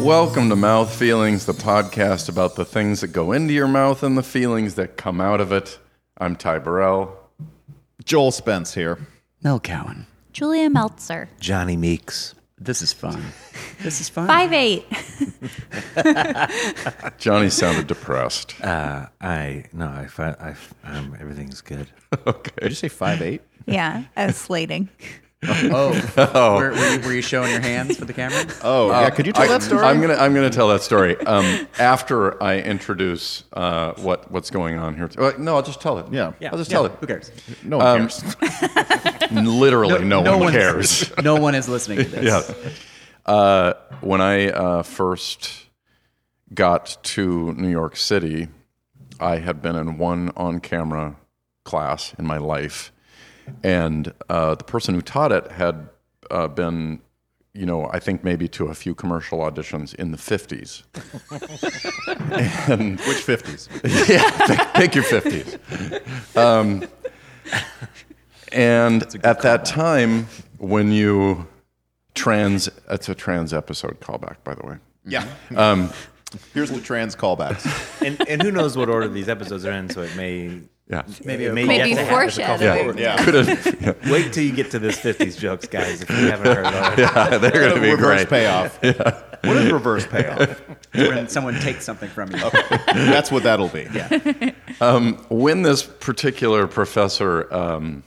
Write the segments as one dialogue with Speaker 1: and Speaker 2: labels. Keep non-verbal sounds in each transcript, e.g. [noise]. Speaker 1: Welcome to Mouth Feelings, the podcast about the things that go into your mouth and the feelings that come out of it. I'm Ty Burrell.
Speaker 2: Joel Spence here.
Speaker 3: Mel Cowan.
Speaker 4: Julia Meltzer,
Speaker 5: Johnny Meeks.
Speaker 3: This is fun. This is fun.
Speaker 4: [laughs] five eight.
Speaker 1: Johnny sounded
Speaker 2: [laughs]
Speaker 1: depressed.
Speaker 5: Uh, I no, I, fi- I um, everything's good.
Speaker 2: Did you say five eight?
Speaker 4: [laughs] yeah, as slating.
Speaker 1: Oh.
Speaker 3: Were, were you, were you showing your hands for
Speaker 1: [laughs]
Speaker 3: the camera?
Speaker 2: Oh, yeah. Could you tell
Speaker 1: I,
Speaker 2: that story?
Speaker 1: I'm gonna I'm gonna tell that story um, after I introduce uh, what what's going on here. Uh, no, I'll just tell it.
Speaker 2: Yeah.
Speaker 1: I'll just tell it.
Speaker 3: Who cares?
Speaker 2: no one cares. [laughs]
Speaker 1: Literally, no, one
Speaker 3: one's-
Speaker 1: cares.
Speaker 3: [laughs] no one is listening to this.
Speaker 1: [laughs] yeah. Uh, when I uh, first got to New York City, I had been in one on camera class in my life. And uh, the person who taught it had uh, been, you know, I think maybe to a few commercial auditions in the 50s. and
Speaker 2: Which fifties?
Speaker 1: [laughs] yeah, pick your 50s. Um, and at that time, when you trans, that's a trans episode callback, by the way.
Speaker 2: Yeah. Here's the trans callbacks.
Speaker 5: [laughs] And and who knows what order these episodes are in? So it may
Speaker 1: Yeah.
Speaker 5: maybe it may
Speaker 4: [laughs] Maybe
Speaker 5: yet to happen. It's a call
Speaker 4: foreshadowing.
Speaker 5: forward.
Speaker 2: Yeah.
Speaker 5: Wait till you get to this '50s jokes, guys. If you [laughs] haven't heard already.
Speaker 1: [laughs] They're going to be
Speaker 2: reverse
Speaker 1: great. [laughs]
Speaker 2: payoff. What is reverse payoff?
Speaker 3: When someone takes something from you.
Speaker 2: That's what that'll be.
Speaker 3: Yeah.
Speaker 1: When this particular professor um,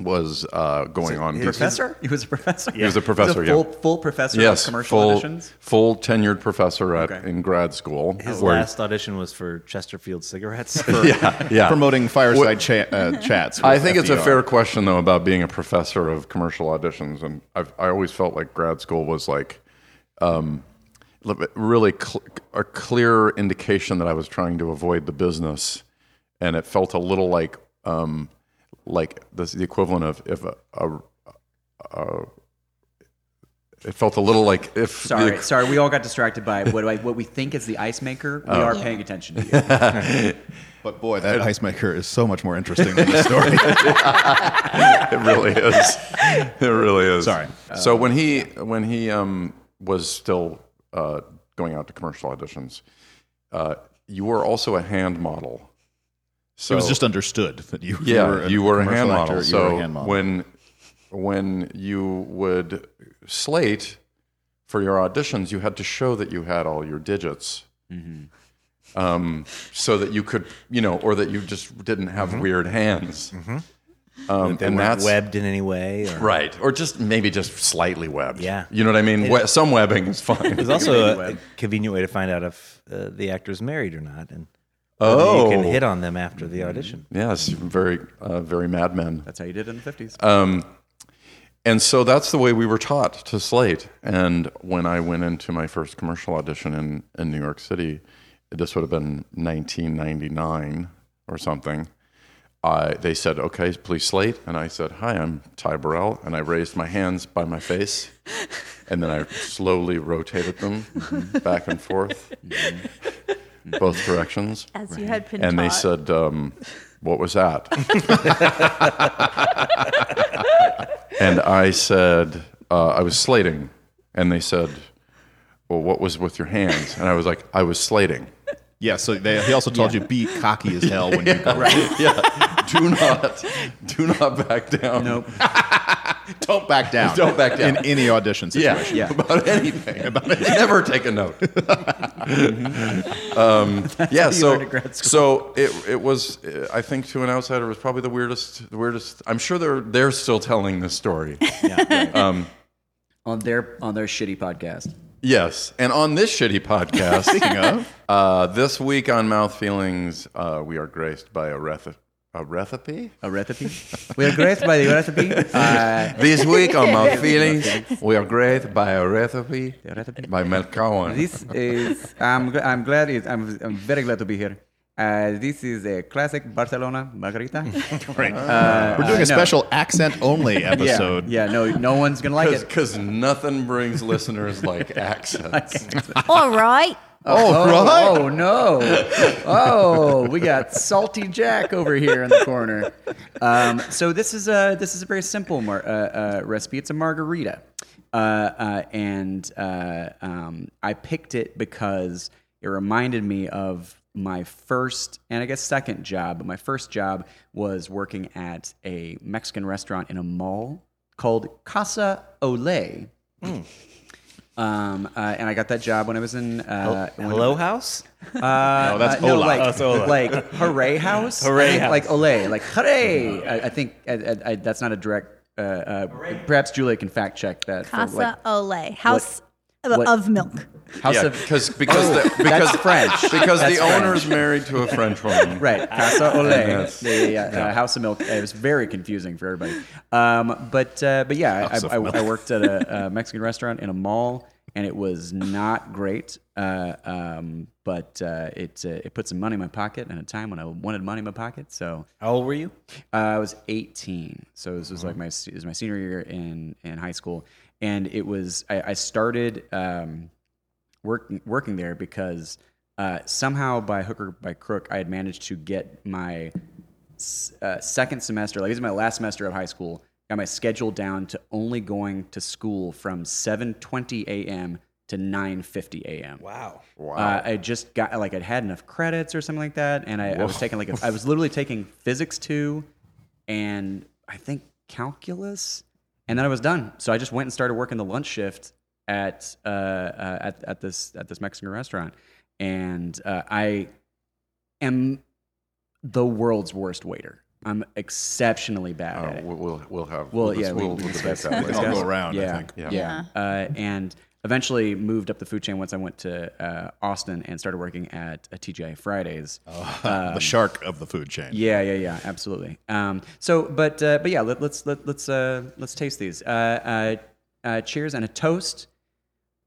Speaker 1: was uh, going on, he-
Speaker 3: Professor? He was a professor. He
Speaker 1: was a professor, yeah.
Speaker 3: full, full professor
Speaker 1: Yes,
Speaker 3: of commercial
Speaker 1: full,
Speaker 3: auditions.
Speaker 1: full tenured professor at,
Speaker 3: Okay.
Speaker 1: in grad school.
Speaker 5: His
Speaker 1: where-
Speaker 5: last audition was for Chesterfield [laughs] cigarettes.
Speaker 1: yeah, yeah.
Speaker 2: Promoting fireside cha- uh, chats. with
Speaker 1: I think it's a
Speaker 2: FDR.
Speaker 1: fair question though about being a professor of commercial auditions, and I've, I always felt like grad school was like um, li- really cl- a clear indication that I was trying to avoid the business, and it felt a little like um, like this, the equivalent of if a, a, a it felt a little like if
Speaker 3: Sorry,
Speaker 1: the,
Speaker 3: sorry. We all got distracted by what, I, what we think is the ice maker.
Speaker 1: Oh.
Speaker 3: We are paying attention to you.
Speaker 2: But boy, that ice maker is so much more interesting than
Speaker 1: [laughs]
Speaker 2: the story.
Speaker 1: it really is. It really is.
Speaker 2: Sorry.
Speaker 1: so when he when he um, was still uh, going out to commercial auditions, uh, you were also a hand model. So
Speaker 2: it was just understood that you,
Speaker 1: yeah,
Speaker 2: you were a, commercial
Speaker 1: hand
Speaker 2: actor,
Speaker 1: model.
Speaker 2: you
Speaker 1: so
Speaker 2: were a hand model.
Speaker 1: when when you would slate for your auditions, you had to show that you had all your digits.
Speaker 2: Mm-hmm.
Speaker 1: Um, so that you could, you know, or that you just didn't have
Speaker 2: Mm-hmm.
Speaker 1: weird hands. Um,
Speaker 5: They
Speaker 1: and
Speaker 5: weren't
Speaker 1: that's
Speaker 5: webbed in any way. Or,
Speaker 1: Right. Or just maybe just slightly webbed.
Speaker 5: Yeah.
Speaker 1: You know what I mean? We- some webbing is fine.
Speaker 5: [laughs] It was also a,
Speaker 3: Web.
Speaker 5: convenient way to find out if uh, the actor's married or not, and whether
Speaker 1: oh.
Speaker 5: you can hit on them after the [laughs] audition.
Speaker 1: yes. Very, uh, very Mad Men.
Speaker 3: That's how you did it in the 50s.
Speaker 1: Um, And so that's the way we were taught to slate. And when I went into my first commercial audition in, in New York City, this would have been 1999 or something. I, they said, okay, please slate. And I said, hi, I'm Ty Burrell. And I raised my hands by my face. And then I slowly rotated them back and forth, both directions.
Speaker 4: As you had been
Speaker 1: and they
Speaker 4: taught.
Speaker 1: said, um, "What was
Speaker 4: [laughs]
Speaker 1: that?" and I said, uh, "I was slating," and they said, "Well, what was with your hands?" And I was like, "I was
Speaker 3: [laughs]
Speaker 1: slating."
Speaker 2: yeah, so they, he also told you be cocky as hell when you go.
Speaker 1: [laughs] yeah, do not, do not back down.
Speaker 3: nope.
Speaker 2: Don't back down.
Speaker 1: Don't back down.
Speaker 2: in any audition
Speaker 1: Yeah,
Speaker 2: situation.
Speaker 3: Yeah.
Speaker 1: about anything. About [laughs] Never take a note.
Speaker 3: Mm-hmm. [laughs]
Speaker 1: um, yeah,
Speaker 3: learn
Speaker 1: so
Speaker 3: at grad
Speaker 1: so it it was. uh, I think to an outsider it was probably the weirdest. The weirdest. I'm sure they're they're still telling this story.
Speaker 3: On their on their shitty
Speaker 1: [laughs]
Speaker 3: podcast.
Speaker 1: Yes, and on this shitty podcast,
Speaker 3: [laughs]
Speaker 1: speaking of, uh, this week on Mouth Feelings, uh, we are graced by a, reth- a recipe.
Speaker 3: A recipe. we are graced by the
Speaker 1: [laughs]
Speaker 3: recipe. Uh,
Speaker 1: This week on
Speaker 3: [laughs]
Speaker 1: Mouth Feelings, we are graced by a recipe
Speaker 3: the recipe.
Speaker 1: by Mel Cowan.
Speaker 3: This is I'm gl- I'm glad it, I'm I'm very glad to be here. Uh, this is a classic Barcelona margarita.
Speaker 2: Right.
Speaker 3: Uh,
Speaker 2: We're doing
Speaker 3: uh,
Speaker 2: a special accent
Speaker 1: [laughs]
Speaker 2: only
Speaker 3: yeah,
Speaker 2: episode.
Speaker 3: Yeah, no, no one's gonna like it.
Speaker 1: Because nothing brings listeners
Speaker 3: [laughs]
Speaker 1: like accents.
Speaker 4: All right.
Speaker 3: Oh, oh, no! Oh, we got salty Jack over here in the corner. Um, so this is a this is a very simple mar- uh, uh, recipe. It's a margarita. uh, uh, and uh, um, I picked it because it reminded me of my first and I guess second job. But my first job was working at a Mexican restaurant in a mall called Casa Ole. Um, uh, and I got that job when I was in uh, when-
Speaker 5: Hello House?
Speaker 3: uh,
Speaker 1: No, that's
Speaker 3: no,
Speaker 1: Ola.
Speaker 3: like,
Speaker 5: That's Ola.
Speaker 3: like hooray house,
Speaker 5: Hooray
Speaker 3: like,
Speaker 5: house.
Speaker 3: like ole, like hooray. I, I think I, I, I, that's not a direct. Uh, uh, perhaps Julia can fact check that. [laughs] for,
Speaker 4: Casa
Speaker 3: like,
Speaker 4: Ole, house of-
Speaker 3: what-
Speaker 4: of milk.
Speaker 3: house
Speaker 1: Yeah,
Speaker 3: of
Speaker 1: because because the, [laughs] because
Speaker 3: Oh, that's
Speaker 1: [laughs]
Speaker 3: French.
Speaker 1: because
Speaker 3: That's
Speaker 1: the
Speaker 3: French.
Speaker 1: owner is married to a French woman.
Speaker 3: [laughs] Right, Casa Ole.
Speaker 1: Yes.
Speaker 3: Yeah, yeah, yeah. Uh, House of Milk. It was very confusing for everybody. Um, but uh, but yeah, I,
Speaker 2: House of
Speaker 3: I,
Speaker 2: Milk.
Speaker 3: I worked at a, a Mexican restaurant in a mall, and it was not great. Uh, um, but uh, it uh, it put some money in my pocket at a time when I wanted money in my pocket. So
Speaker 5: How old were you?
Speaker 3: uh, I was 18, so this was like my it was my senior year in in high school, and it was I, I started um, working working there because uh, somehow by hook or by crook I had managed to get my s- uh, second semester, like this is my last semester of high school, got my schedule down to only going to school from 7:20 a.m. to 9:50 a.m.
Speaker 5: Wow.
Speaker 3: Uh, I just got like I'd had enough credits or something like that, and I, I was taking like a, I was literally taking physics two, and I think calculus, and then I was done. So I just went and started working the lunch shift at uh, uh, at at this at this Mexican restaurant, and uh, I am the world's worst waiter. I'm exceptionally bad
Speaker 1: Uh,
Speaker 3: at it.
Speaker 1: we'll, we'll we'll have
Speaker 3: Well,
Speaker 1: we'll,
Speaker 3: yeah, we
Speaker 1: we'll,
Speaker 3: can
Speaker 1: we'll debate
Speaker 3: discuss-
Speaker 1: that
Speaker 2: It's
Speaker 1: later.
Speaker 2: all go
Speaker 3: discuss-
Speaker 2: around,
Speaker 3: yeah.
Speaker 2: I think.
Speaker 1: Yeah.
Speaker 3: Yeah. Uh, and eventually moved up the food chain once I went to uh, Austin and started working at a TGI Fridays.
Speaker 1: oh.
Speaker 2: the shark of the food chain.
Speaker 3: Yeah, yeah, yeah, absolutely. Um, so, but uh, but yeah, let, let's let, let's uh, let's taste these. Uh, uh, uh, cheers and a toast.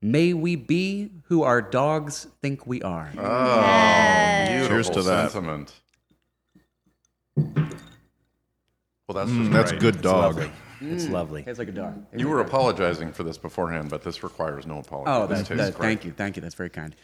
Speaker 3: May we be who our dogs think we are.
Speaker 1: Uh, Beautiful
Speaker 2: Cheers to that.
Speaker 1: Sentiment. Well, that's just
Speaker 2: Mm, That's
Speaker 1: great.
Speaker 2: good dog.
Speaker 5: Lovely. It's lovely.
Speaker 3: Tastes like a dog.
Speaker 1: You were apologizing for this beforehand, but this requires no apology.
Speaker 3: Oh,
Speaker 1: this
Speaker 3: that,
Speaker 1: tastes
Speaker 3: that,
Speaker 1: great.
Speaker 3: thank you, thank you. That's very kind.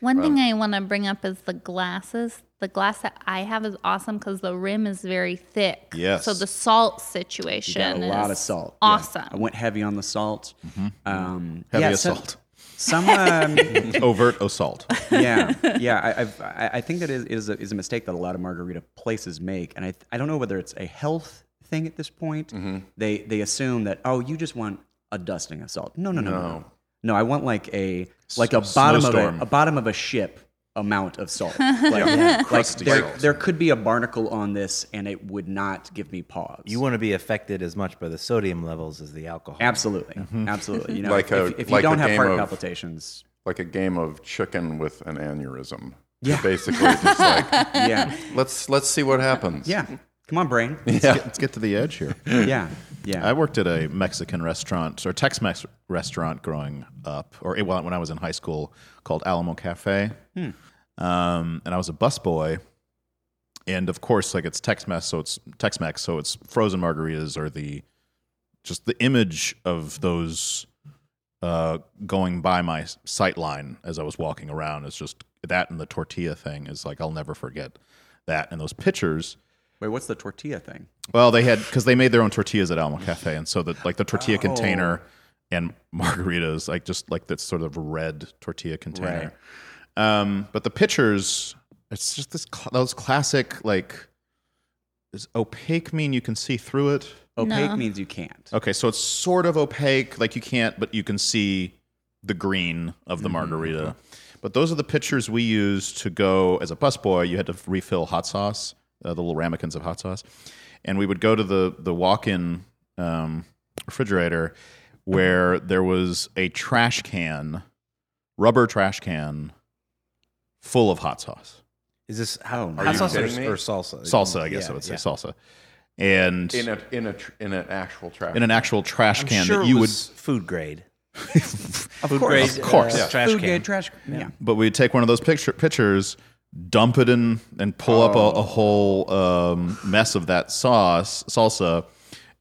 Speaker 4: One thing I want to bring up is the glasses. The glass that I have is awesome because the rim is very thick.
Speaker 2: Yes.
Speaker 4: So the salt
Speaker 3: You
Speaker 4: situation
Speaker 3: got a
Speaker 4: is
Speaker 3: lot of salt. Yeah.
Speaker 4: Awesome.
Speaker 3: I went heavy on the salt.
Speaker 1: Mm-hmm.
Speaker 3: Um,
Speaker 2: Heavy
Speaker 3: yeah, so-
Speaker 2: assault.
Speaker 3: Some
Speaker 4: [laughs]
Speaker 3: um,
Speaker 2: Overt [laughs] assault.
Speaker 1: [laughs]
Speaker 3: yeah, yeah. I, I've, I I think that is is a, is a mistake that a lot of margarita places make, and I th- I don't know whether it's a health thing at this point.
Speaker 1: Mm-hmm.
Speaker 3: They they assume that oh, you just want a dusting of salt. No, no, no, no. no. No, I want like a like a
Speaker 2: S-
Speaker 3: bottom of a,
Speaker 2: snowstorm.
Speaker 3: a bottom of a ship amount of
Speaker 1: [laughs]
Speaker 3: salt. Like, like
Speaker 2: Crusty
Speaker 3: there,
Speaker 2: salt.
Speaker 3: there could be a barnacle on this, and it would not give me pause.
Speaker 5: You want to be affected as much by the sodium levels as the alcohol.
Speaker 3: absolutely, absolutely. You know,
Speaker 1: Mm-hmm. Like a-
Speaker 3: if, if you
Speaker 1: like a
Speaker 3: don't have
Speaker 1: game
Speaker 3: heart
Speaker 1: of-
Speaker 3: palpitations,
Speaker 1: Like a game of chicken with an aneurysm.
Speaker 3: Yeah.
Speaker 1: You're Basically, just like [laughs]
Speaker 3: yeah,
Speaker 1: let's let's see what happens.
Speaker 3: yeah. Come on,
Speaker 1: [laughs]
Speaker 3: brain.
Speaker 2: Let's, get, let's get to the edge here.
Speaker 3: Yeah, yeah.
Speaker 2: I worked at a Mexican restaurant or Tex-Mex restaurant growing up, or eh, well, when I was in high school, called Alamo Cafe, um, and I was a busboy. And of course, like it's Tex-Mex, so it's Tex-Mex, so it's frozen margaritas or the just the image of those uh, going by my sight line as I was walking around is just that, and the tortilla thing is like I'll never forget that, and those pictures.
Speaker 3: Wait, what's the tortilla thing?
Speaker 2: Well, they had because they made their own tortillas at Alma Cafe, and so the like the tortilla container and margaritas, like just like that sort of red tortilla container. Um, but the pictures, it's just this cl- those classic like. Does opaque mean you can see through it?
Speaker 3: Opaque
Speaker 4: No.
Speaker 3: means you can't.
Speaker 2: Okay, so it's sort of opaque, like you can't, but you can see the green of
Speaker 5: Mm-hmm,
Speaker 2: the margarita. But those are the pitchers we used to go as a busboy. You had to refill hot sauce, uh, the little ramekins of hot sauce, and we would go to the the walk-in um, refrigerator where there was a trash can, rubber trash can, full of hot sauce,
Speaker 5: Is this
Speaker 3: Oh,
Speaker 5: how
Speaker 3: are
Speaker 5: hot
Speaker 1: you
Speaker 5: sauce or,
Speaker 1: kidding me?
Speaker 5: or salsa?
Speaker 2: salsa. I guess I would say salsa, and
Speaker 1: In a in a tr- in an actual track.
Speaker 2: in an actual trash
Speaker 5: I'm
Speaker 2: can
Speaker 5: sure
Speaker 2: that you
Speaker 5: it
Speaker 2: would
Speaker 5: was food grade.
Speaker 3: Of
Speaker 5: Food
Speaker 3: course.
Speaker 5: grade,
Speaker 2: Of course.
Speaker 5: uh,
Speaker 2: Yeah.
Speaker 5: trash
Speaker 3: Food
Speaker 5: can.
Speaker 3: grade trash. Yeah.
Speaker 2: but we'd take one of those picture pictures, dump it in, and pull up a, a whole um, mess of that sauce salsa,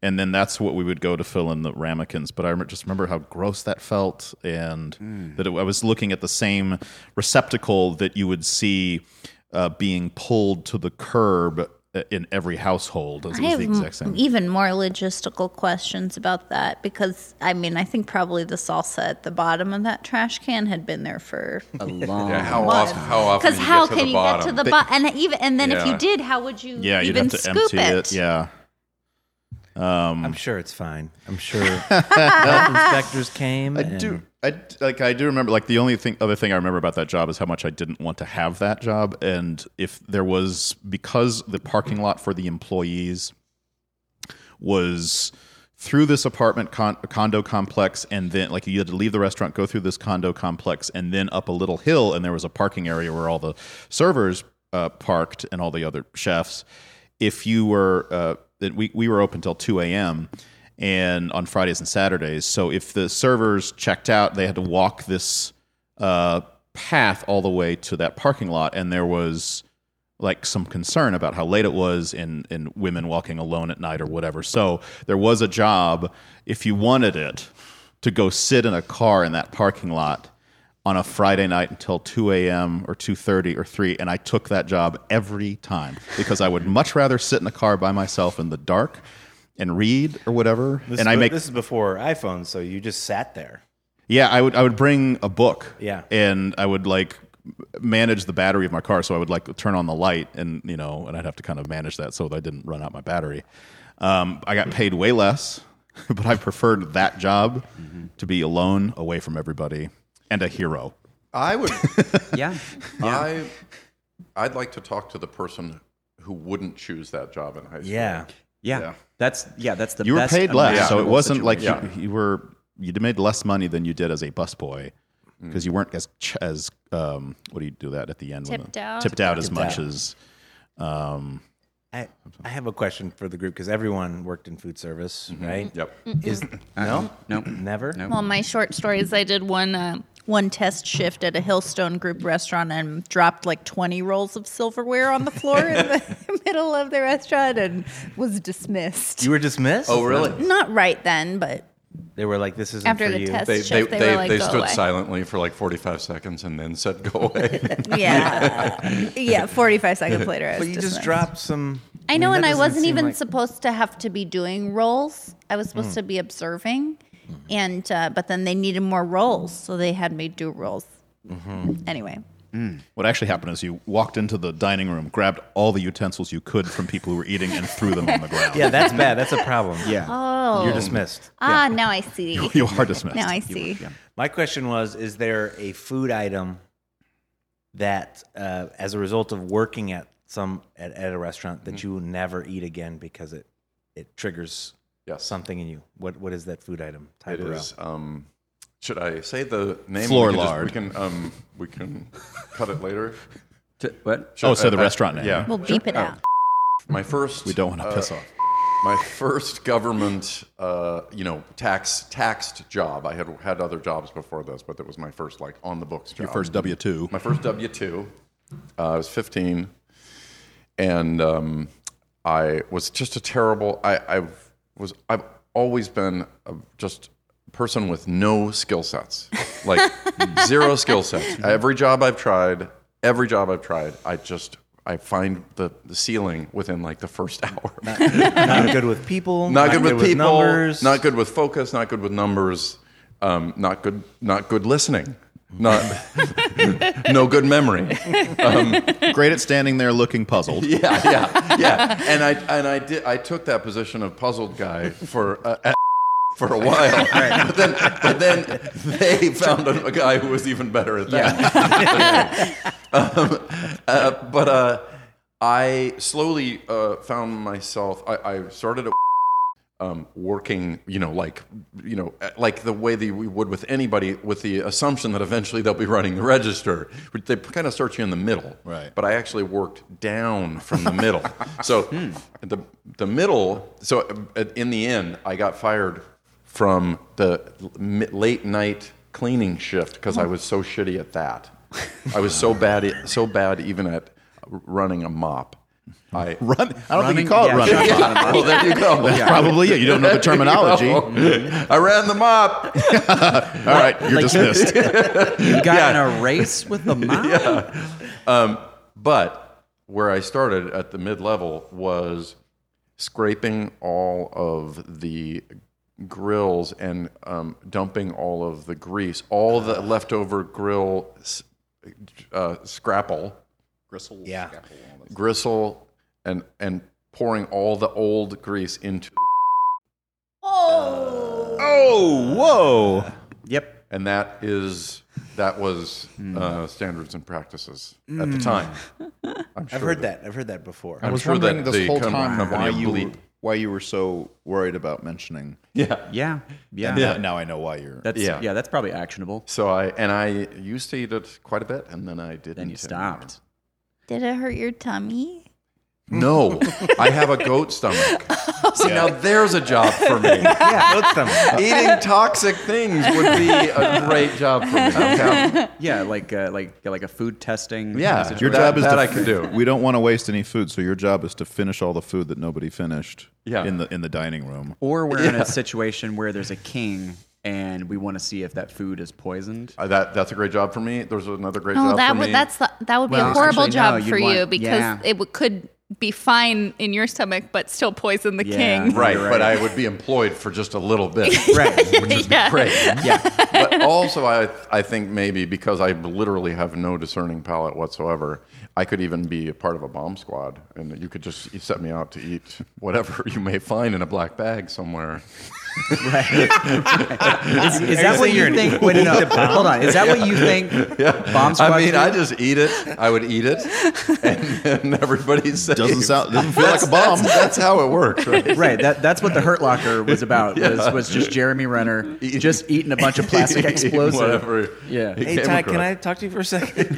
Speaker 2: and then that's what we would go to fill in the ramekins. But I rem- just remember how gross that felt, and that it, I was looking at the same receptacle that you would see uh, being pulled to the curb. in every household. It was
Speaker 4: I have
Speaker 2: the exact same.
Speaker 4: even more logistical questions about that because I mean I think probably the salsa at the bottom of that trash can had been there for
Speaker 3: a long.
Speaker 1: Yeah, how
Speaker 4: What?
Speaker 1: often? How often?
Speaker 4: because
Speaker 1: do you
Speaker 4: how
Speaker 1: get to
Speaker 4: can
Speaker 1: the
Speaker 4: you
Speaker 1: bottom?
Speaker 4: get to the bottom? And even and then if
Speaker 1: Yeah.
Speaker 4: you did, how would you
Speaker 2: yeah, you'd
Speaker 4: even
Speaker 2: have to
Speaker 4: scoop
Speaker 2: empty it. Yeah. Um,
Speaker 5: I'm sure it's fine.
Speaker 2: [laughs]
Speaker 5: I'm sure health inspectors came.
Speaker 2: I
Speaker 5: and
Speaker 2: do. I d- like. I do remember. Like the only thing, other thing I remember about that job is how much I didn't want to have that job, and if there was because the parking lot for the employees was through this apartment con- condo complex, and then like you had to leave the restaurant, go through this condo complex, and then up a little hill, and there was a parking area where all the servers uh, parked and all the other chefs. If you were, uh, that we we were open till two a.m. and on Fridays and Saturdays. So if the servers checked out, they had to walk this uh, path all the way to that parking lot, and there was like some concern about how late it was and and women walking alone at night or whatever. So there was a job if you wanted it to go sit in a car in that parking lot on a Friday night until 2 a.m. or 2:30 or 3 and I took that job every time because I would much rather sit in a car by myself in the dark and read or whatever
Speaker 5: This
Speaker 2: and
Speaker 5: is
Speaker 2: I
Speaker 5: be-
Speaker 2: make
Speaker 5: this is before iPhones, so you just sat there.
Speaker 2: yeah, I would I would bring a book.
Speaker 5: Yeah.
Speaker 2: And I would like manage the battery of my car so I would like turn on the light and you know, and I'd have to kind of manage that so that I didn't run out my battery. Um, I got paid way less, [laughs] but I preferred that job to be alone, away from everybody and a hero.
Speaker 1: I would.
Speaker 3: yeah.
Speaker 1: I. I'd like to talk to the person who wouldn't choose that job in high school.
Speaker 5: Yeah.
Speaker 3: yeah,
Speaker 1: Yeah.
Speaker 3: That's yeah. That's the
Speaker 2: You were
Speaker 3: best
Speaker 2: paid less, so it
Speaker 3: imaginable
Speaker 2: wasn't like
Speaker 3: situation.
Speaker 2: you, you were you made less money than you did as a busboy
Speaker 5: Mm.
Speaker 2: because you weren't as ch- as um, what do you do that at the end when
Speaker 4: Tipped
Speaker 2: the-
Speaker 4: out.
Speaker 2: tipped out as
Speaker 5: Tipped
Speaker 2: much
Speaker 5: out.
Speaker 2: as um,
Speaker 5: I, I have a question for the group because everyone worked in food service,
Speaker 2: Mm-hmm.
Speaker 5: right?
Speaker 1: Yep.
Speaker 4: Mm-hmm.
Speaker 5: Is
Speaker 2: Uh-huh.
Speaker 3: no.
Speaker 5: no, never.
Speaker 3: No.
Speaker 4: Well, my short stories, I did one uh, one test shift at a Hillstone Group restaurant and dropped like twenty rolls of silverware on the floor in
Speaker 1: [laughs]
Speaker 4: the [laughs] middle of the restaurant and was dismissed.
Speaker 5: You were dismissed.
Speaker 1: Oh, really?
Speaker 4: Not right then, but
Speaker 5: They were like, "This isn't
Speaker 4: after
Speaker 5: for
Speaker 4: the
Speaker 5: you."
Speaker 4: test
Speaker 1: They they,
Speaker 4: shift,
Speaker 1: they,
Speaker 4: they,
Speaker 1: they,
Speaker 4: were like, "Go
Speaker 1: stood
Speaker 4: away."
Speaker 1: silently for like 45 seconds and then said, go away. [laughs]
Speaker 4: Yeah, yeah. Forty five seconds later, I was
Speaker 5: But you just
Speaker 4: dismissed.
Speaker 5: dropped some.
Speaker 4: I know,
Speaker 5: mean,
Speaker 4: and
Speaker 5: that
Speaker 4: I
Speaker 5: doesn't
Speaker 4: wasn't
Speaker 5: seem
Speaker 4: even
Speaker 5: like-
Speaker 4: supposed to have to be doing roles. I was supposed to be observing, and uh, but then they needed more roles, so they had me do roles. Anyway,
Speaker 2: What actually happened is you walked into the dining room, grabbed all the utensils you could from people who were eating, and threw them on the ground.
Speaker 5: yeah, that's bad. That's a problem.
Speaker 2: yeah.
Speaker 4: oh,
Speaker 5: You're dismissed.
Speaker 4: ah, now I see.
Speaker 2: [laughs] [laughs] You are dismissed.
Speaker 4: Now I see.
Speaker 5: My question was: Is there a food item that, uh, as a result of working at some at, at a restaurant, that
Speaker 1: Mm-hmm.
Speaker 5: you will never eat again because it it triggers
Speaker 1: Yes.
Speaker 5: something in you? What what is that food item? Ty
Speaker 1: It
Speaker 5: Burrell?
Speaker 1: is. Um, should I say the name?
Speaker 2: Floor
Speaker 1: we can just-
Speaker 2: lard.
Speaker 1: we can um, we can cut it
Speaker 2: [laughs]
Speaker 1: later.
Speaker 3: T- what?
Speaker 2: Oh, so the
Speaker 1: Uh, uh,
Speaker 2: restaurant name.
Speaker 1: Yeah.
Speaker 4: We'll beep it out.
Speaker 1: My first.
Speaker 2: We don't want to
Speaker 1: uh,
Speaker 2: piss off.
Speaker 1: My first government, uh, you know, tax taxed job. I had had other jobs before this, but that was my first like on the books job.
Speaker 2: Your first W two.
Speaker 1: my first W two. Uh, I was 15, and um, I was just a terrible. I, I was. I've always been a, just a person with no skill sets, like zero skill sets. Every job I've tried, every job I've tried, I just I find the, the ceiling within like the first [laughs] hour. Not,
Speaker 5: not
Speaker 1: [laughs]
Speaker 5: good with people.
Speaker 1: good with people.
Speaker 5: numbers.
Speaker 1: Not good with focus. Not good with numbers. Um, not good. Not good listening. Not [laughs] no good memory.
Speaker 2: [laughs] Great at standing there looking
Speaker 1: [laughs]
Speaker 2: puzzled.
Speaker 1: yeah, yeah, yeah. And I and I did. I took that position of puzzled guy for uh, at [laughs] for a while. But then, but then they found a, a guy who was even better at that. [laughs] um, uh, but uh, I slowly uh, found myself. I, I started at um, working, you know, like, you know, uh, like the way that we would with anybody, with the assumption that eventually they'll be running the register. But They kind of start you in the middle,
Speaker 2: Right.
Speaker 1: But I actually worked down from the [laughs] middle. so the the middle. So uh, in the end, I got fired from the mi- late night cleaning shift because I was so shitty at that. I was so bad, at, so bad even at running a [laughs] mop. I
Speaker 2: Run. I don't think you call it
Speaker 3: yeah,
Speaker 2: running. [laughs]
Speaker 3: sure.
Speaker 1: yeah. Well, Oh, there you go. [laughs] Yeah.
Speaker 2: Probably. Yeah.
Speaker 1: [laughs]
Speaker 2: You don't know the terminology. All
Speaker 1: I ran the mop.
Speaker 2: [laughs] right. You're dismissed.
Speaker 3: You got in a race with the mom.
Speaker 1: [laughs] But where I started at the mid level was scraping all of the grills and um, dumping all of the grease, all the leftover grill s- uh, scrapple,
Speaker 2: Gristle.
Speaker 5: Yeah.
Speaker 1: gristle, and and pouring all the old grease into,
Speaker 2: Oh, whoa.
Speaker 3: Yep.
Speaker 1: and that is that was
Speaker 2: Hmm.
Speaker 1: uh, standards and practices at the
Speaker 2: [laughs]
Speaker 1: time. I'm sure
Speaker 5: I've heard that. I've heard that before.
Speaker 2: I was
Speaker 1: sure that
Speaker 2: wondering
Speaker 1: the
Speaker 2: this whole
Speaker 1: com-
Speaker 2: time
Speaker 1: company
Speaker 2: why
Speaker 1: will
Speaker 2: you
Speaker 1: bleep.
Speaker 2: why you were so worried about mentioning.
Speaker 1: Yeah.
Speaker 3: Yeah. Yeah.
Speaker 2: Yeah. Now I know why you're.
Speaker 3: That's yeah.
Speaker 1: Yeah.
Speaker 3: That's probably actionable.
Speaker 1: So I and I used to eat it quite a bit, and then I didn't.
Speaker 3: Then you
Speaker 1: anymore.
Speaker 2: [laughs]
Speaker 3: stopped.
Speaker 4: Did it hurt your tummy?
Speaker 3: [laughs]
Speaker 1: No, I have a goat stomach. See,
Speaker 3: Oh,
Speaker 2: Yeah.
Speaker 1: now there's a job for
Speaker 3: [laughs]
Speaker 1: me.
Speaker 5: yeah, both of them.
Speaker 1: Eating toxic things would be
Speaker 3: [laughs]
Speaker 1: a great job for me. Okay.
Speaker 3: Yeah, like uh, like like a food testing.
Speaker 1: Yeah,
Speaker 3: situation.
Speaker 2: your
Speaker 1: that-
Speaker 2: job is
Speaker 1: that
Speaker 2: to
Speaker 1: I can do.
Speaker 2: [laughs] We don't want to waste any food, so your job is to finish all the food that nobody finished.
Speaker 1: Yeah.
Speaker 2: In the in the dining room.
Speaker 3: Or we're in a situation where there's a king and we want to see if that food is poisoned.
Speaker 1: Uh, That that's a great job for me. There's another great
Speaker 4: Oh,
Speaker 1: job
Speaker 4: that
Speaker 1: for
Speaker 4: would
Speaker 1: me.
Speaker 4: that's the, that would be
Speaker 3: Well,
Speaker 4: a horrible
Speaker 3: actually,
Speaker 4: job
Speaker 3: no,
Speaker 4: for
Speaker 3: you'd want-
Speaker 4: you because
Speaker 3: yeah.
Speaker 4: it w- could be fine in your stomach, but still poison the
Speaker 3: Yeah.
Speaker 4: [laughs] king.
Speaker 1: right,
Speaker 3: You're
Speaker 1: but
Speaker 3: right.
Speaker 1: I would be employed for just a little [laughs] bit.
Speaker 3: Right.
Speaker 1: Which is
Speaker 4: Yeah.
Speaker 1: great.
Speaker 3: yeah.
Speaker 1: But also, I I think maybe because I literally have no discerning palate whatsoever, I could even be a part of a bomb squad, and you could just you set me out to eat whatever [laughs] you may find in a black bag somewhere.
Speaker 3: Is, is that what you think? Wait, no, no. Hold on. Is that what you think? Bomb squad.
Speaker 1: I mean,
Speaker 3: do?
Speaker 1: I just eat it. I would eat it, and then everybody says
Speaker 2: Doesn't sound. Doesn't feel like a bomb.
Speaker 1: That's, that's how it works, right?
Speaker 3: Right, that, that's what the Hurt Locker was about. Was, was just Jeremy Renner just eating a bunch
Speaker 1: [laughs]
Speaker 3: of plastic explosive.
Speaker 1: Whatever.
Speaker 3: Yeah.
Speaker 1: he
Speaker 5: Hey,
Speaker 1: came
Speaker 5: Todd, can
Speaker 1: across.
Speaker 5: I talk to you for a second?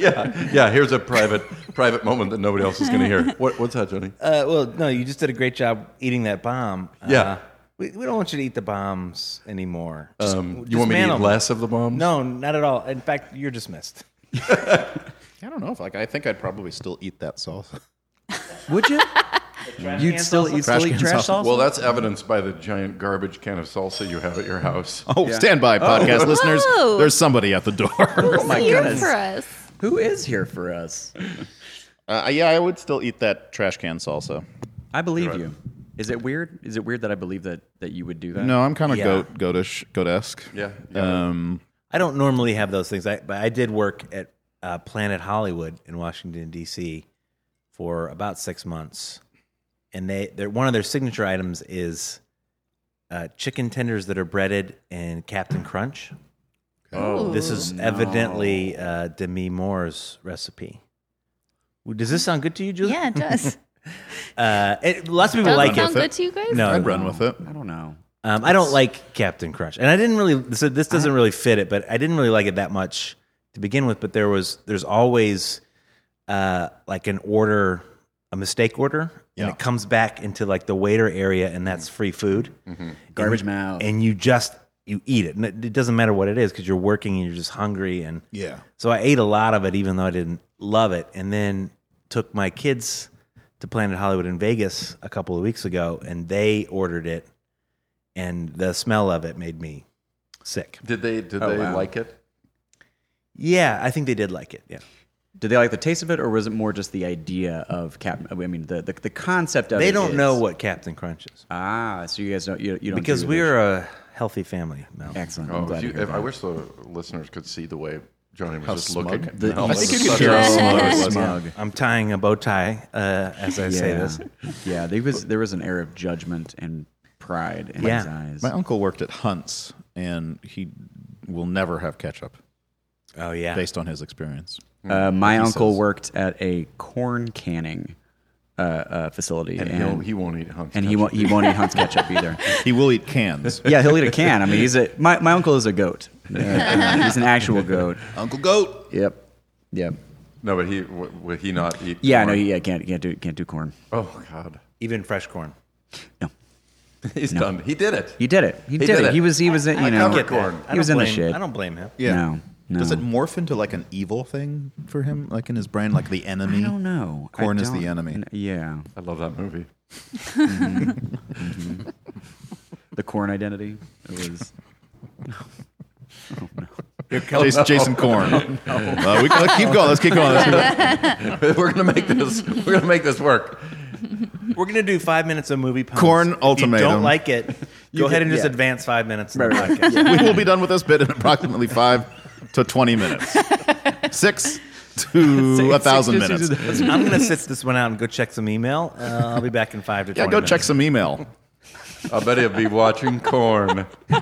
Speaker 1: [laughs] Yeah, yeah. Here's a private, private moment that nobody else is going to
Speaker 3: [laughs]
Speaker 1: hear. What, what's that, Johnny?
Speaker 5: Uh, well, no, you just did a great job eating that bomb. Uh,
Speaker 1: Yeah.
Speaker 5: we, we don't want you to eat the bombs anymore.
Speaker 1: Um,
Speaker 5: Just
Speaker 1: you want me to
Speaker 5: dismantle
Speaker 1: eat
Speaker 5: them.
Speaker 1: less of the bombs?
Speaker 5: No, not at all. In fact, you're dismissed.
Speaker 2: I don't know if like I think I'd probably still eat that sauce.
Speaker 3: Would you? You'd still, you'd
Speaker 2: Trash
Speaker 3: still eat
Speaker 2: can
Speaker 3: trash
Speaker 2: salsa.
Speaker 3: sauce?
Speaker 1: Well, that's evidenced by the giant garbage can of salsa you have at your
Speaker 3: [laughs]
Speaker 1: house.
Speaker 2: [laughs] Oh, stand by, [laughs] podcast listeners.
Speaker 4: Whoa.
Speaker 2: There's somebody at the door.
Speaker 4: Who's
Speaker 3: my
Speaker 4: here
Speaker 3: goodness.
Speaker 4: for us?
Speaker 3: Who is here for us?
Speaker 2: Uh, yeah, I would still eat that trash can salsa.
Speaker 3: I believe
Speaker 1: You're right.
Speaker 3: you. Is it weird? Is it weird that I believe that, that you would do that?
Speaker 2: No, I'm kind of
Speaker 5: Yeah.
Speaker 2: goat goatish, goatesque.
Speaker 1: Yeah,
Speaker 3: Uh,
Speaker 1: yeah.
Speaker 2: Um,
Speaker 5: I don't normally have those things, I, but I did work at uh, Planet Hollywood in Washington D.C. for about six months, and they they're, one of their signature items is uh, chicken tenders that are breaded in Captain Crunch.
Speaker 1: oh,
Speaker 5: This is evidently uh, Demi Moore's recipe. Well, Does this sound good to you, Julie?
Speaker 4: Yeah, it does.
Speaker 5: Uh, it, lots of people
Speaker 4: does
Speaker 5: like
Speaker 4: it
Speaker 5: it.
Speaker 4: sound good to you guys?
Speaker 5: No,
Speaker 2: I'd run with it.
Speaker 3: I don't know.
Speaker 5: Um, I don't like Captain Crunch, and I didn't really. So
Speaker 3: Uh-huh.
Speaker 5: this doesn't really fit it, but I didn't really like it that much to begin with. But there was there's always uh, like an order, a mistake order, and
Speaker 2: Yeah.
Speaker 5: it comes back into like the waiter area, and that's free food,
Speaker 3: Mm-hmm. Garbage mouth.
Speaker 5: and you just you eat it, and it it doesn't matter what it is because you're working and you're just hungry, and
Speaker 2: Yeah.
Speaker 5: so I ate a lot of it, even though I didn't love it. And then took my kids to Planet Hollywood in Vegas a couple of weeks ago, and they ordered it, and the smell of it made me sick.
Speaker 1: did they did they
Speaker 3: oh, wow.
Speaker 1: like it?
Speaker 5: Yeah, I think they did like it. Yeah,
Speaker 3: Did they like the taste of it, or was it more just the idea of cap? I mean, the, the, the concept of
Speaker 5: they
Speaker 3: it
Speaker 5: don't
Speaker 3: is-
Speaker 5: know what Captain Crunch is
Speaker 3: Ah, so you guys don't you, you don't
Speaker 5: because
Speaker 3: do
Speaker 5: we
Speaker 3: this.
Speaker 5: are a healthy family. No,
Speaker 3: excellent. I'm
Speaker 1: Oh,
Speaker 3: glad
Speaker 1: if you,
Speaker 3: to hear
Speaker 1: if, I
Speaker 3: that.
Speaker 1: wish the listeners could see the way Johnny was
Speaker 2: How
Speaker 1: just
Speaker 2: smug.
Speaker 1: looking.
Speaker 3: The
Speaker 1: How
Speaker 3: I think you
Speaker 1: such
Speaker 2: could
Speaker 1: a
Speaker 2: hear
Speaker 1: smug
Speaker 2: smug.
Speaker 1: was-
Speaker 3: smug.
Speaker 5: I'm tying a bow tie uh, as I say this.
Speaker 3: [laughs] Yeah, there was there was an air of judgment and pride in
Speaker 5: Yeah.
Speaker 3: his eyes. Uh,
Speaker 2: My uncle worked at Hunt's, and he will never have ketchup
Speaker 5: Oh yeah,
Speaker 2: based on his experience.
Speaker 3: Uh, my uncle worked at a corn canning uh, uh, facility, and,
Speaker 1: And he'll, he won't eat hunts.
Speaker 3: and he won't he won't eat Hunt's ketchup either. [laughs]
Speaker 2: He will eat [laughs] cans.
Speaker 3: Yeah, he'll eat a can. I mean, he's a my, my uncle is a goat. Uh, he's an actual goat.
Speaker 2: Uncle Goat.
Speaker 3: Yep. Yep.
Speaker 1: No, but he w- would he not eat?
Speaker 3: Yeah, no,
Speaker 1: corn?
Speaker 3: he yeah, can't can't do can't do corn.
Speaker 1: Oh God,
Speaker 3: [laughs]
Speaker 5: even fresh corn.
Speaker 3: No,
Speaker 1: he's done. He did it.
Speaker 3: he did it. He, did, it. He was he was in, you
Speaker 1: I
Speaker 3: know
Speaker 1: covered
Speaker 5: I
Speaker 1: corn.
Speaker 5: don't
Speaker 3: he was in the
Speaker 5: blame-
Speaker 3: shit.
Speaker 5: I don't blame him.
Speaker 2: Yeah.
Speaker 3: No, no.
Speaker 2: Does it morph into like an evil thing for him, like in his brain, like the enemy?
Speaker 3: I don't know. I
Speaker 2: Corn is the
Speaker 3: don't-
Speaker 2: enemy.
Speaker 3: n- Yeah,
Speaker 1: I love that movie.
Speaker 3: the corn identity. It was. Oh, no.
Speaker 2: [laughs] Jason, Jason
Speaker 3: [laughs]
Speaker 2: Korn. Uh, we, let's keep going. Let's keep going. Let's keep
Speaker 1: [laughs]
Speaker 2: going.
Speaker 1: we're gonna make this. We're gonna make this work.
Speaker 5: We're gonna do five minutes of movie puns.
Speaker 2: Corn
Speaker 5: If you don't
Speaker 2: ultimatum.
Speaker 5: like
Speaker 3: [laughs]
Speaker 5: it, go ahead and just
Speaker 3: yeah.
Speaker 5: advance five minutes. in
Speaker 3: Right,
Speaker 5: the
Speaker 3: right. [laughs]
Speaker 5: podcast.
Speaker 2: we will be done with this bit in approximately five to 20 minutes. Six to a thousand
Speaker 3: [laughs] Six-
Speaker 2: minutes.
Speaker 5: I'm gonna sit this one out and go check some email. Uh, I'll be back in five to
Speaker 2: Yeah,
Speaker 5: 20
Speaker 2: go
Speaker 5: minutes.
Speaker 2: check some email.
Speaker 1: I bet he'll be watching [laughs] corn.
Speaker 5: Is that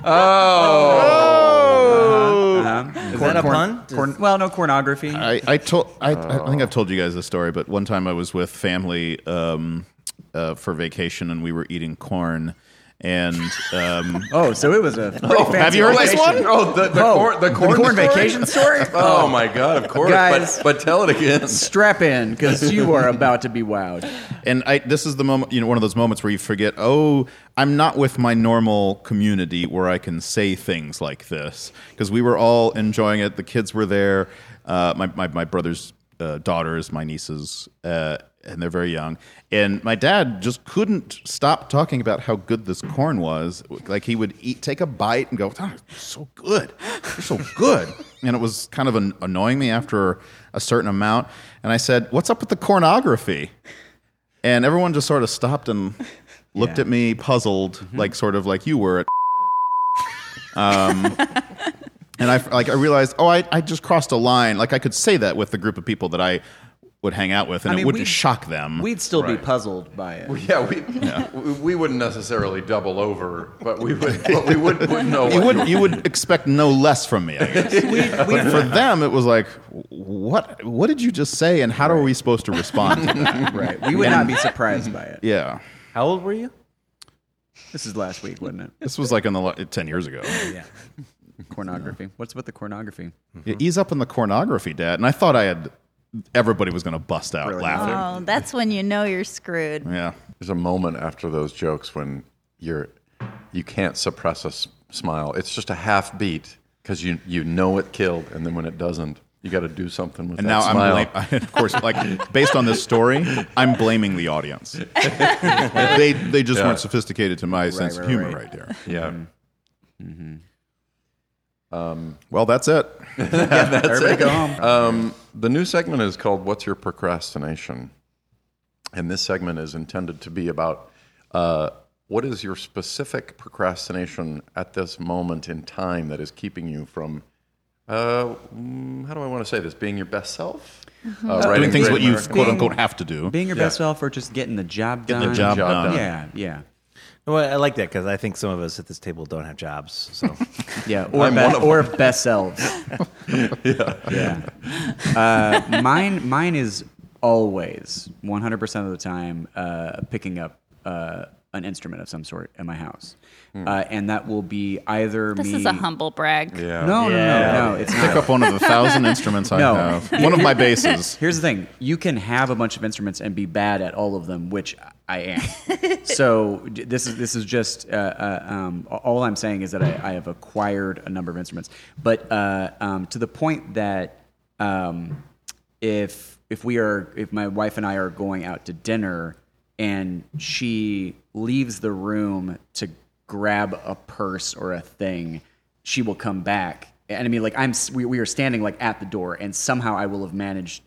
Speaker 5: a pun?
Speaker 3: Corn, well, no pornography.
Speaker 2: I, I told I, I think I've told you guys this story, but one time I was with family um, uh, for vacation and we were eating corn. And um,
Speaker 3: oh, so it was
Speaker 2: [laughs]
Speaker 3: a pretty fancy
Speaker 2: have you heard this
Speaker 3: operation.
Speaker 2: one?
Speaker 1: Oh, the, the,
Speaker 3: Oh,
Speaker 1: corn, the
Speaker 3: the
Speaker 1: corn,
Speaker 3: corn
Speaker 1: story?
Speaker 3: vacation
Speaker 2: [laughs]
Speaker 3: story?
Speaker 1: Oh, my god, of course.
Speaker 3: Guys.
Speaker 1: But but tell it again. [laughs]
Speaker 3: Strap in, because
Speaker 2: [laughs]
Speaker 3: you are about to be wowed.
Speaker 2: and I this is the moment you know one of those moments where you forget oh I'm not with my normal community where I can say things like this because we were all enjoying it the kids were there uh, my, my my brother's uh, daughters my nieces uh, and they're very young and my dad just couldn't stop talking about how good this corn was like he would eat take a bite and go oh, it's so good It's so good [laughs] and it was kind of an, annoying me after a certain amount and I said what's up with the cornography and everyone just sort of stopped and looked at me puzzled, like sort of like you were at. um, and I like I realized, oh, I, I just crossed a line. Like I could say that with the group of people that I would hang out with, and
Speaker 3: I mean,
Speaker 2: it wouldn't
Speaker 3: we-
Speaker 2: shock them.
Speaker 3: We'd still be puzzled by it.
Speaker 1: Yeah, we, we we wouldn't necessarily double over, but we would but we would, would know.
Speaker 2: you
Speaker 1: what
Speaker 2: would you would expect no less from me. I
Speaker 3: [laughs]
Speaker 2: guess. but for them, it was like, what what did you just say, and how are we supposed to respond? to
Speaker 3: [laughs]
Speaker 2: that?
Speaker 3: Right. We would not be surprised by
Speaker 2: [laughs]
Speaker 3: it.
Speaker 2: Yeah,
Speaker 5: How old were you?
Speaker 3: This is last week, wasn't it?
Speaker 2: this was like in the lo- ten years ago.
Speaker 3: [laughs] Pornography. What's with the pornography?
Speaker 2: Yeah, ease up on the pornography, Dad. And I thought I had everybody was going to bust out
Speaker 3: Really?
Speaker 2: laughing.
Speaker 4: Oh, that's when you know you're screwed.
Speaker 2: Yeah,
Speaker 1: There's a moment after those jokes when you're you can't suppress a s- smile. It's just a half beat because you you know it killed, and then when it doesn't, you got to do something with
Speaker 2: and
Speaker 1: that
Speaker 2: now
Speaker 1: smile.
Speaker 2: I'm [laughs] blam- of course like based on this story, I'm blaming
Speaker 3: [laughs]
Speaker 2: the audience. they they just weren't sophisticated to my sense of
Speaker 3: right,
Speaker 2: humor
Speaker 3: right.
Speaker 2: right, there.
Speaker 1: yeah,
Speaker 2: Well, that's it.
Speaker 3: Everybody go home.
Speaker 1: Um, the new segment is called "What's Your Procrastination," and this segment is intended to be about uh, what is your specific procrastination at this moment in time that is keeping you from. Uh, mm, how do I want to say this? Being your best self,
Speaker 3: Mm-hmm.
Speaker 1: uh,
Speaker 2: Doing
Speaker 1: writing
Speaker 2: things
Speaker 1: great
Speaker 2: what you
Speaker 1: American
Speaker 2: quote unquote have to do.
Speaker 3: Being your best self or just getting the job
Speaker 2: Getting
Speaker 3: done.
Speaker 2: the job
Speaker 1: Job
Speaker 2: done.
Speaker 1: done.
Speaker 3: Yeah, yeah.
Speaker 5: Well, I like that because I think some of us at this table don't have jobs.
Speaker 3: [laughs]
Speaker 5: So
Speaker 3: Yeah, or,
Speaker 1: I'm
Speaker 3: be-
Speaker 1: one of [laughs]
Speaker 3: or best selves. yeah. Uh, mine, mine is always 100% of the time uh, picking up uh, an instrument of some sort in my house.
Speaker 1: Hmm.
Speaker 3: Uh, and that will be either
Speaker 4: This
Speaker 3: me.
Speaker 4: is a humble brag.
Speaker 1: Yeah.
Speaker 3: No, no, no, no, it's
Speaker 2: Pick
Speaker 3: not.
Speaker 2: up one of the thousand instruments I
Speaker 3: No.
Speaker 2: have. One of my bases.
Speaker 3: Here's the thing: you can have a bunch of instruments and be bad at all of them, which I am. so d- this is this is just uh, uh, um, a- all I'm saying is that I, I have acquired a number of instruments, but uh, um, to the point that um, if if we are if my wife and I are going out to dinner and she leaves the room to grab a purse or a thing, she will come back. And I mean, like I'm, s- we, we are standing like at the door, and somehow I will have managed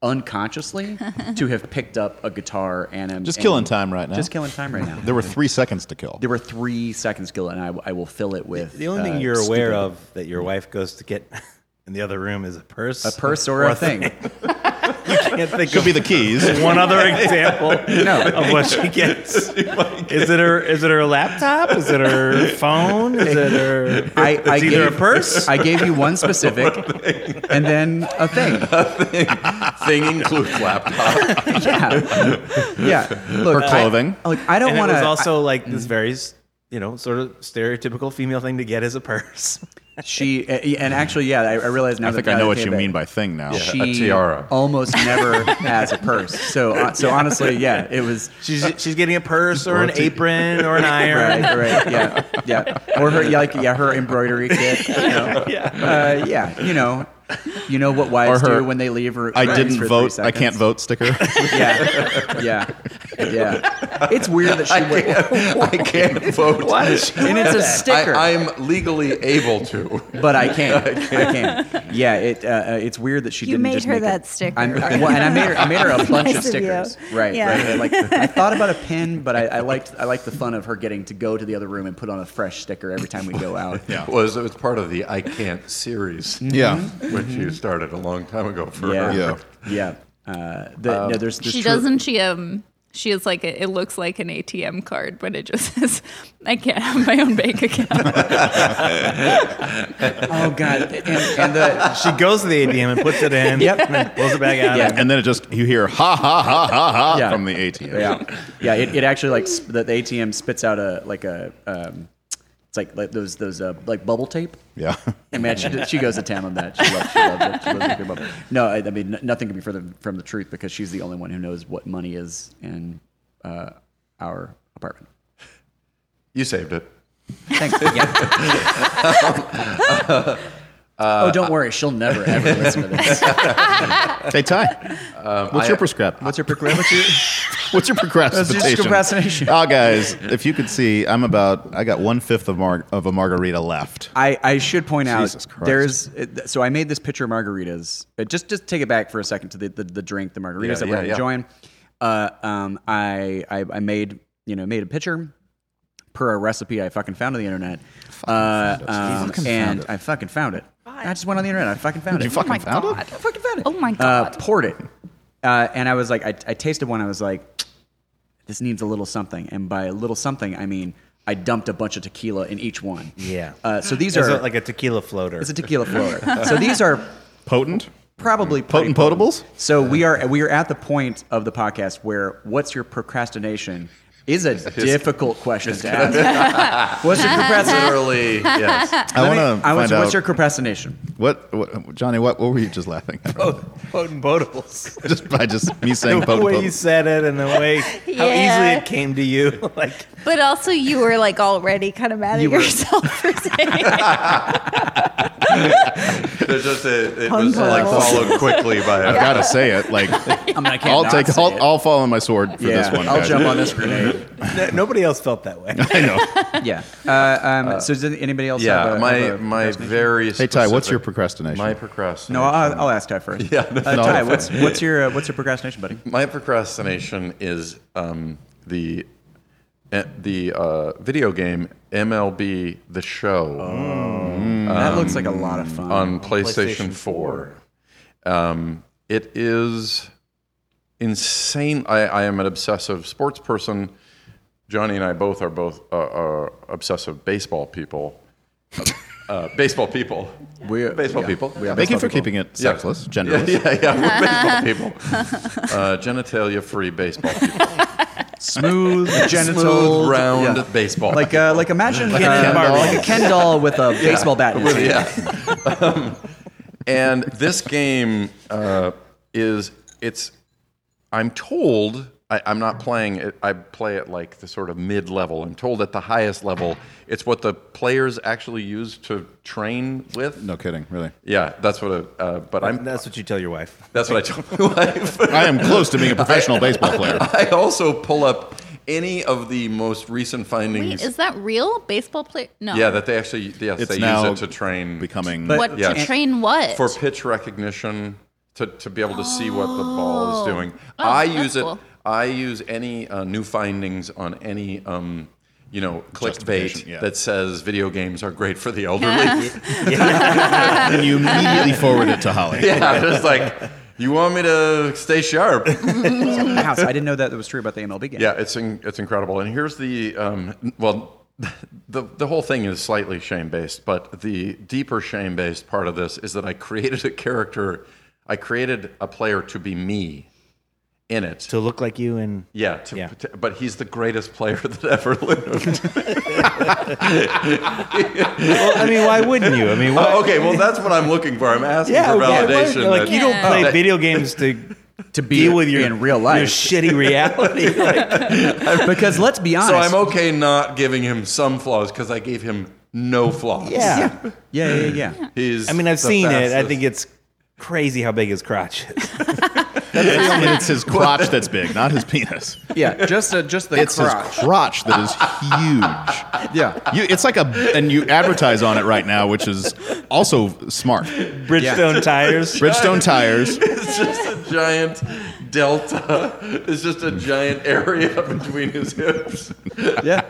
Speaker 3: unconsciously to have picked up a guitar and I'm
Speaker 2: [laughs] Just
Speaker 3: and-
Speaker 2: killing time right now.
Speaker 3: Just killing time right
Speaker 5: [laughs]
Speaker 3: now.
Speaker 2: There were three seconds to kill.
Speaker 3: There were three seconds kill, and I, w- I will fill it with
Speaker 5: the only
Speaker 3: uh,
Speaker 5: thing you're aware
Speaker 3: stupid-
Speaker 5: of that your wife goes to get [laughs] in the other room is a purse,
Speaker 3: a purse or a
Speaker 5: [laughs]
Speaker 3: thing. [laughs]
Speaker 5: Can't think
Speaker 2: Could
Speaker 5: of
Speaker 2: be the [laughs] keys.
Speaker 5: one other example [laughs] of what she gets.
Speaker 3: [laughs]
Speaker 5: Is it her? Is it her laptop? Is it her phone? Is it her?
Speaker 3: I, I
Speaker 5: It's either a purse.
Speaker 3: I gave you
Speaker 5: [laughs]
Speaker 3: one specific, and then a thing.
Speaker 1: thing includes
Speaker 3: [laughs]
Speaker 1: laptop.
Speaker 3: yeah. Yeah. Look,
Speaker 2: Her clothing.
Speaker 3: I, like, I don't
Speaker 5: and
Speaker 3: want
Speaker 5: it was
Speaker 3: to.
Speaker 5: also like this very, s- you know, sort of stereotypical female thing to get is a purse. [laughs]
Speaker 3: she uh, and actually, yeah, I, I realize now.
Speaker 2: I
Speaker 3: that-
Speaker 2: think
Speaker 3: now
Speaker 2: I
Speaker 3: that
Speaker 2: know what
Speaker 3: came
Speaker 2: you
Speaker 3: back,
Speaker 2: mean by thing now.
Speaker 1: a
Speaker 3: She
Speaker 1: tiara. [laughs]
Speaker 3: almost never has a purse. So, uh, so honestly, yeah, it was.
Speaker 5: [laughs] She's she's getting a purse or an apron [laughs] or an iron.
Speaker 3: Right,
Speaker 1: [laughs]
Speaker 3: right,
Speaker 5: [laughs]
Speaker 3: yeah, yeah, or her, yeah, like, yeah, her embroidery kit, you know, yeah, uh, yeah, you know, You know what wives
Speaker 1: Or her-
Speaker 3: do when they leave? Or
Speaker 2: I didn't vote. I can't
Speaker 3: [laughs]
Speaker 2: vote sticker.
Speaker 3: Yeah, yeah, yeah. It's weird that she would,
Speaker 1: [laughs] I can't vote. Why is she
Speaker 3: and it's a sticker.
Speaker 1: I, I'm legally able to.
Speaker 3: [laughs] but I can't. I can't. Yeah, it uh, uh, it's weird that she
Speaker 4: You
Speaker 3: didn't
Speaker 4: made
Speaker 3: just
Speaker 4: her
Speaker 3: make
Speaker 4: that
Speaker 3: a,
Speaker 4: sticker. [laughs]
Speaker 3: I'm, I- well, and I made her, I made her a bunch
Speaker 4: Nice
Speaker 3: of
Speaker 4: of you.
Speaker 3: stickers. Right,
Speaker 4: Yeah.
Speaker 3: right. I, like,
Speaker 4: [laughs]
Speaker 3: I thought about a pin, but I, I liked I liked the fun of her getting to go to the other room and put on a fresh sticker every time we go out.
Speaker 2: Yeah.
Speaker 1: Was it was part of the I can't series,
Speaker 2: [laughs] yeah.
Speaker 1: which you started a long time ago for
Speaker 3: Yeah.
Speaker 1: her.
Speaker 2: Yeah.
Speaker 3: Yeah. Uh, the, no, there's, there's
Speaker 6: She
Speaker 3: true-
Speaker 6: doesn't. She um. She is like a, it looks like an ATM card, but it just [laughs] says, "I can't have my own bank
Speaker 4: [laughs]
Speaker 6: account."
Speaker 3: Oh
Speaker 6: [laughs]
Speaker 3: God! And, and the
Speaker 5: She goes to the ATM and puts it in. yep. And then pulls it back out.
Speaker 3: Yeah.
Speaker 2: And then it just you hear ha ha ha ha ha
Speaker 3: Yeah.
Speaker 2: from the ATM.
Speaker 3: yeah, yeah. It, it actually like sp- the, the ATM spits out a like a um, it's like like those those uh, like bubble tape.
Speaker 2: Yeah.
Speaker 3: And man, she, did- she goes to town on that. She loves, she loves it. She loves a good bubble. No, I, I mean n- nothing can be further from the truth because she's the only one who knows what money is in uh, our apartment.
Speaker 1: You saved it.
Speaker 3: Thanks. [laughs] Um, uh, oh, don't worry. She'll never ever listen to this.
Speaker 2: Hey Ty, what's your
Speaker 3: [laughs]
Speaker 2: prescript?
Speaker 3: What's your proclamation?
Speaker 2: What's your
Speaker 3: Um,
Speaker 2: procrastination?
Speaker 3: uh, That's just procrastination.
Speaker 2: Oh, guys, if you could see, I'm about I got one fifth of mar- of a margarita left.
Speaker 3: I, I should point
Speaker 2: Jesus
Speaker 3: out
Speaker 2: Christ.
Speaker 3: there's it- so I made this picture of margaritas. Uh, just just take it back for a second to the the, the drink, the margaritas
Speaker 1: Yeah,
Speaker 3: that
Speaker 1: yeah,
Speaker 3: we're
Speaker 1: yeah.
Speaker 3: enjoying. Uh, um, I, I I made you know made a picture per a recipe I fucking found on the internet. Uh, um, and I fucking found it. I just went on the internet. I fucking found it.
Speaker 4: Oh
Speaker 2: You fucking found it?
Speaker 3: I fucking found it.
Speaker 6: Oh my
Speaker 3: Uh,
Speaker 6: god!
Speaker 3: poured it, uh, and I was like, I, I tasted one. I was like, this needs a little something, and by a little something, I mean I dumped a bunch of tequila in each one.
Speaker 5: Yeah.
Speaker 3: Uh, so these
Speaker 5: It's
Speaker 3: are
Speaker 5: a- like a tequila floater.
Speaker 3: it's a tequila floater. so these are
Speaker 2: Potent,
Speaker 3: probably pretty
Speaker 2: potent potables.
Speaker 3: So we are we are at the point of the podcast where what's your procrastination is a difficult question to ask. [laughs] what's your procrastination?
Speaker 1: Literally, yes.
Speaker 2: I want to
Speaker 3: I
Speaker 2: find
Speaker 3: was,
Speaker 2: out
Speaker 3: what's your procrastination?
Speaker 2: what, what Johnny. What, what were you just laughing at?
Speaker 3: Oh. [laughs]
Speaker 5: potent potables.
Speaker 2: [laughs] just by just me saying
Speaker 5: the
Speaker 2: potent
Speaker 5: way you
Speaker 2: potables.
Speaker 5: said it and the way [laughs] how
Speaker 4: Yeah.
Speaker 5: easily it came to you. [laughs] like
Speaker 4: But also, you were like already kind of mad
Speaker 3: You
Speaker 4: at
Speaker 3: were-
Speaker 4: yourself [laughs] for saying it.
Speaker 1: There's just a, it
Speaker 4: Pun
Speaker 1: was like
Speaker 4: puzzles.
Speaker 1: followed quickly by
Speaker 2: [laughs] I've
Speaker 1: a
Speaker 2: got to say it.
Speaker 3: [laughs]
Speaker 2: Like
Speaker 3: I mean, I can't
Speaker 2: I'll
Speaker 3: not
Speaker 2: take.
Speaker 3: say
Speaker 2: I'll,
Speaker 3: it.
Speaker 2: I'll fall on my sword for
Speaker 3: yeah,
Speaker 2: this one.
Speaker 3: I'll
Speaker 2: guys.
Speaker 3: jump on this grenade.
Speaker 5: n- nobody else felt that way.
Speaker 2: [laughs]
Speaker 3: [laughs]
Speaker 2: I know.
Speaker 3: Yeah. Uh, um, so does anybody else?
Speaker 1: yeah.
Speaker 2: uh,
Speaker 3: have a,
Speaker 1: My
Speaker 3: have a-
Speaker 1: my very
Speaker 2: Hey Ty, what's your
Speaker 1: specific-
Speaker 2: procrastination?
Speaker 1: my procrastination?
Speaker 3: no, I'll, I'll ask Ty first.
Speaker 1: Yeah,
Speaker 3: Uh,
Speaker 2: no,
Speaker 3: Ty,
Speaker 2: no.
Speaker 3: what's what's your uh, what's your procrastination, buddy?
Speaker 1: my procrastination is um, the eh, the uh, video game MLB The Show
Speaker 2: Oh.
Speaker 3: that looks like a lot of fun.
Speaker 1: on PlayStation, 4. Um, it is insane. I, I am an obsessive sports person. Johnny and I both are both uh, uh, obsessive baseball people.
Speaker 3: [laughs]
Speaker 1: uh, baseball people.
Speaker 3: We-
Speaker 1: baseball
Speaker 3: yeah.
Speaker 1: people. Yeah,
Speaker 2: Thank you for keeping it sexless, genderless.
Speaker 1: [laughs] yeah, yeah. We're
Speaker 3: [laughs]
Speaker 1: baseball people. Uh, genitalia free baseball people.
Speaker 3: smooth genital
Speaker 1: Smooth, round
Speaker 3: yeah.
Speaker 1: baseball.
Speaker 3: Like uh, like imagine like,
Speaker 1: Ken
Speaker 3: a,
Speaker 1: doll.
Speaker 3: like a Ken doll with a baseball bat. In his hand.
Speaker 1: [laughs] Yeah. [laughs] Um, and this game uh, is it's. I'm told I, I'm not playing it. I play it like the sort of mid level. I'm told at the highest level, it's what the players actually use to train with.
Speaker 2: No kidding, really.
Speaker 1: Yeah, that's what. I, uh, but I'm.
Speaker 5: That's what you tell your wife.
Speaker 1: That's what I told my [laughs] wife.
Speaker 2: I am close
Speaker 1: [laughs]
Speaker 2: to being a professional baseball player. [laughs]
Speaker 1: I also pull up any of the most recent
Speaker 6: Wait,
Speaker 1: findings.
Speaker 6: is that real? Baseball player? No.
Speaker 1: yeah, that they actually yes
Speaker 2: It's
Speaker 1: they use
Speaker 2: now
Speaker 1: it to train
Speaker 2: Becoming
Speaker 6: What
Speaker 1: Yeah.
Speaker 6: to train what?
Speaker 1: for pitch recognition to, to be able to see what the ball is doing.
Speaker 6: Oh,
Speaker 1: I
Speaker 6: that's
Speaker 1: use it.
Speaker 6: cool.
Speaker 1: I use any uh, new findings on any um, you know clickbait
Speaker 2: Justification, yeah.
Speaker 1: that says video games are great for
Speaker 6: [laughs]
Speaker 1: the elderly.
Speaker 2: and you [laughs] immediately forward it to Holly.
Speaker 1: [laughs] yeah, it's just like you want me to stay sharp.
Speaker 3: House. I didn't know that that was true about the MLB game.
Speaker 1: Yeah, it's in, it's incredible. And here's the um, well, [laughs] the the whole thing is slightly shame based, but the deeper shame based part of this is that I created a character, I created a player to be me in it.
Speaker 5: To look like you and
Speaker 1: yeah, to,
Speaker 5: Yeah.
Speaker 1: to- but he's the greatest player [laughs] that ever lived. [laughs]
Speaker 5: well, I mean, why wouldn't you? I mean, [laughs] why?
Speaker 1: okay, well that's what I'm looking for. I'm asking for
Speaker 5: okay, why-
Speaker 1: validation.
Speaker 5: Like
Speaker 1: that-
Speaker 5: you don't
Speaker 6: Yeah.
Speaker 5: play
Speaker 1: that-
Speaker 5: video games to
Speaker 3: To be
Speaker 5: deal with your
Speaker 3: in real life,
Speaker 5: your [laughs] shitty reality. Like,
Speaker 3: because let's be honest.
Speaker 1: so I'm okay not giving him some flaws because I gave him no flaws.
Speaker 5: yeah.
Speaker 3: yeah, yeah, yeah. yeah.
Speaker 1: he's.
Speaker 5: I mean, I've
Speaker 1: the
Speaker 5: seen it. I
Speaker 1: fastest. [laughs]
Speaker 5: think it's crazy how big his crotch [laughs] is.
Speaker 2: And it's his crotch that's big, not his
Speaker 1: [laughs]
Speaker 2: penis.
Speaker 3: Yeah, just uh, just the
Speaker 2: It's
Speaker 3: crotch.
Speaker 2: his crotch that is huge.
Speaker 3: Yeah,
Speaker 2: You, it's like a, and you advertise on it right now, which is also smart.
Speaker 5: Bridgestone tires.
Speaker 2: Bridgestone tires.
Speaker 1: It's just a giant delta. It's just a giant area [laughs] between his hips.
Speaker 3: yeah.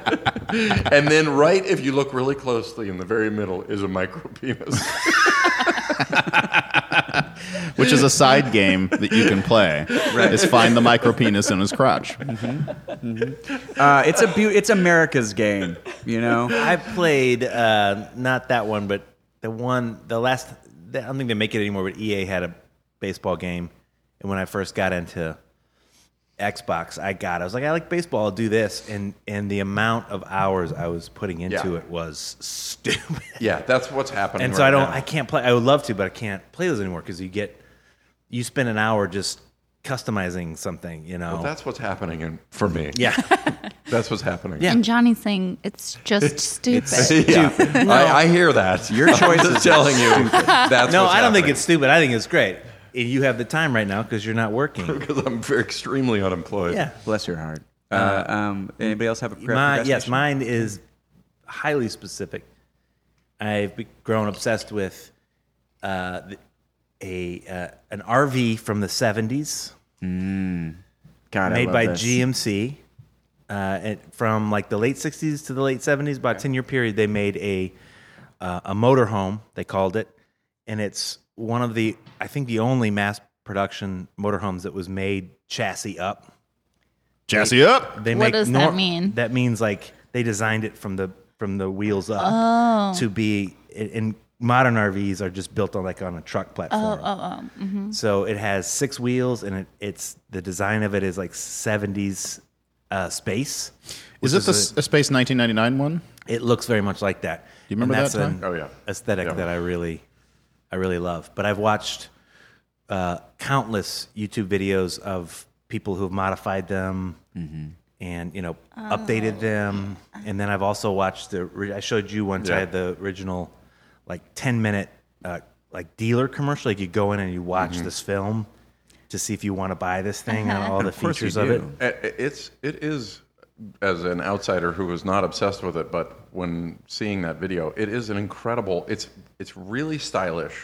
Speaker 1: And then, right if you look really closely in the very middle, is a micro
Speaker 5: [laughs]
Speaker 1: penis.
Speaker 2: which is
Speaker 1: [laughs]
Speaker 2: a side game that you can play. Is find the micro penis in his crotch.
Speaker 3: Uh, it's a beau it's America's game, you know.
Speaker 5: I played uh, not that one, but the one, the last. I don't think they make it anymore. But EA had a baseball game, and when I first got into Xbox, I got. I was like, I like baseball. I'll do this, and and the amount of hours I was putting into
Speaker 1: Yeah.
Speaker 5: it was stupid.
Speaker 1: yeah, that's what's happening.
Speaker 5: [laughs] and
Speaker 1: right
Speaker 5: so I don't.
Speaker 1: now.
Speaker 5: I can't play. I would love to, but I can't play those anymore because you get you spend an hour just customizing something. You know.
Speaker 1: Well, that's what's happening in, for me.
Speaker 5: yeah.
Speaker 1: That's what's happening.
Speaker 5: Yeah.
Speaker 6: And Johnny's saying it's just stupid.
Speaker 1: Yeah.
Speaker 5: [laughs]
Speaker 1: I, I hear that. Your choice is telling you. That's
Speaker 5: No,
Speaker 1: what's
Speaker 5: I don't think
Speaker 1: happening.
Speaker 5: it's stupid. I think it's great. And you have the time right now because you're
Speaker 1: [laughs]
Speaker 5: not working.
Speaker 1: because I'm very- extremely unemployed.
Speaker 5: yeah.
Speaker 3: Bless your heart. Uh, um, anybody else have a pre-
Speaker 5: My, yes,
Speaker 3: procrastination?
Speaker 5: mine is highly specific. I've be- grown obsessed with uh, the- a uh, an RV from the '70s
Speaker 3: God, I
Speaker 5: made
Speaker 3: love
Speaker 5: by
Speaker 3: this.
Speaker 5: GMC. Uh, and from like the late '60s to the late '70s, about ten year period, they made a uh, a motorhome. They called it, and it's one of the I think the only mass production motorhomes that was made chassis up.
Speaker 2: Jesse up.
Speaker 5: They
Speaker 6: What
Speaker 5: make
Speaker 6: does that
Speaker 5: nor-
Speaker 6: mean?
Speaker 5: That means like they designed it from the from the wheels up
Speaker 6: Oh.
Speaker 5: to be. And and modern RVs are just built on like on a
Speaker 6: Oh,
Speaker 5: truck platform.
Speaker 6: mm-hmm.
Speaker 5: So it has six wheels, and it, it's the design of it is like seventies uh, space.
Speaker 2: Is it the S- Space 1999 one?
Speaker 5: It looks very much like that.
Speaker 2: you remember
Speaker 5: and that's
Speaker 2: that
Speaker 5: an
Speaker 2: time?
Speaker 1: Oh, yeah.
Speaker 5: aesthetic that I really, I really love. But I've watched uh, countless YouTube videos of people who have modified them
Speaker 2: Mm-hmm.
Speaker 5: and you know updated them. And then I've also watched the. ri- I showed you once. I
Speaker 1: Yeah.
Speaker 5: had the original, like ten minute, uh, like dealer commercial. Like you go in and you watch
Speaker 2: Mm-hmm.
Speaker 5: this film to see if you want to buy this thing and all the features of it.
Speaker 1: I- I- It's it is as an outsider who was not obsessed with it, but when seeing that video, it is an incredible. It's it's really stylish,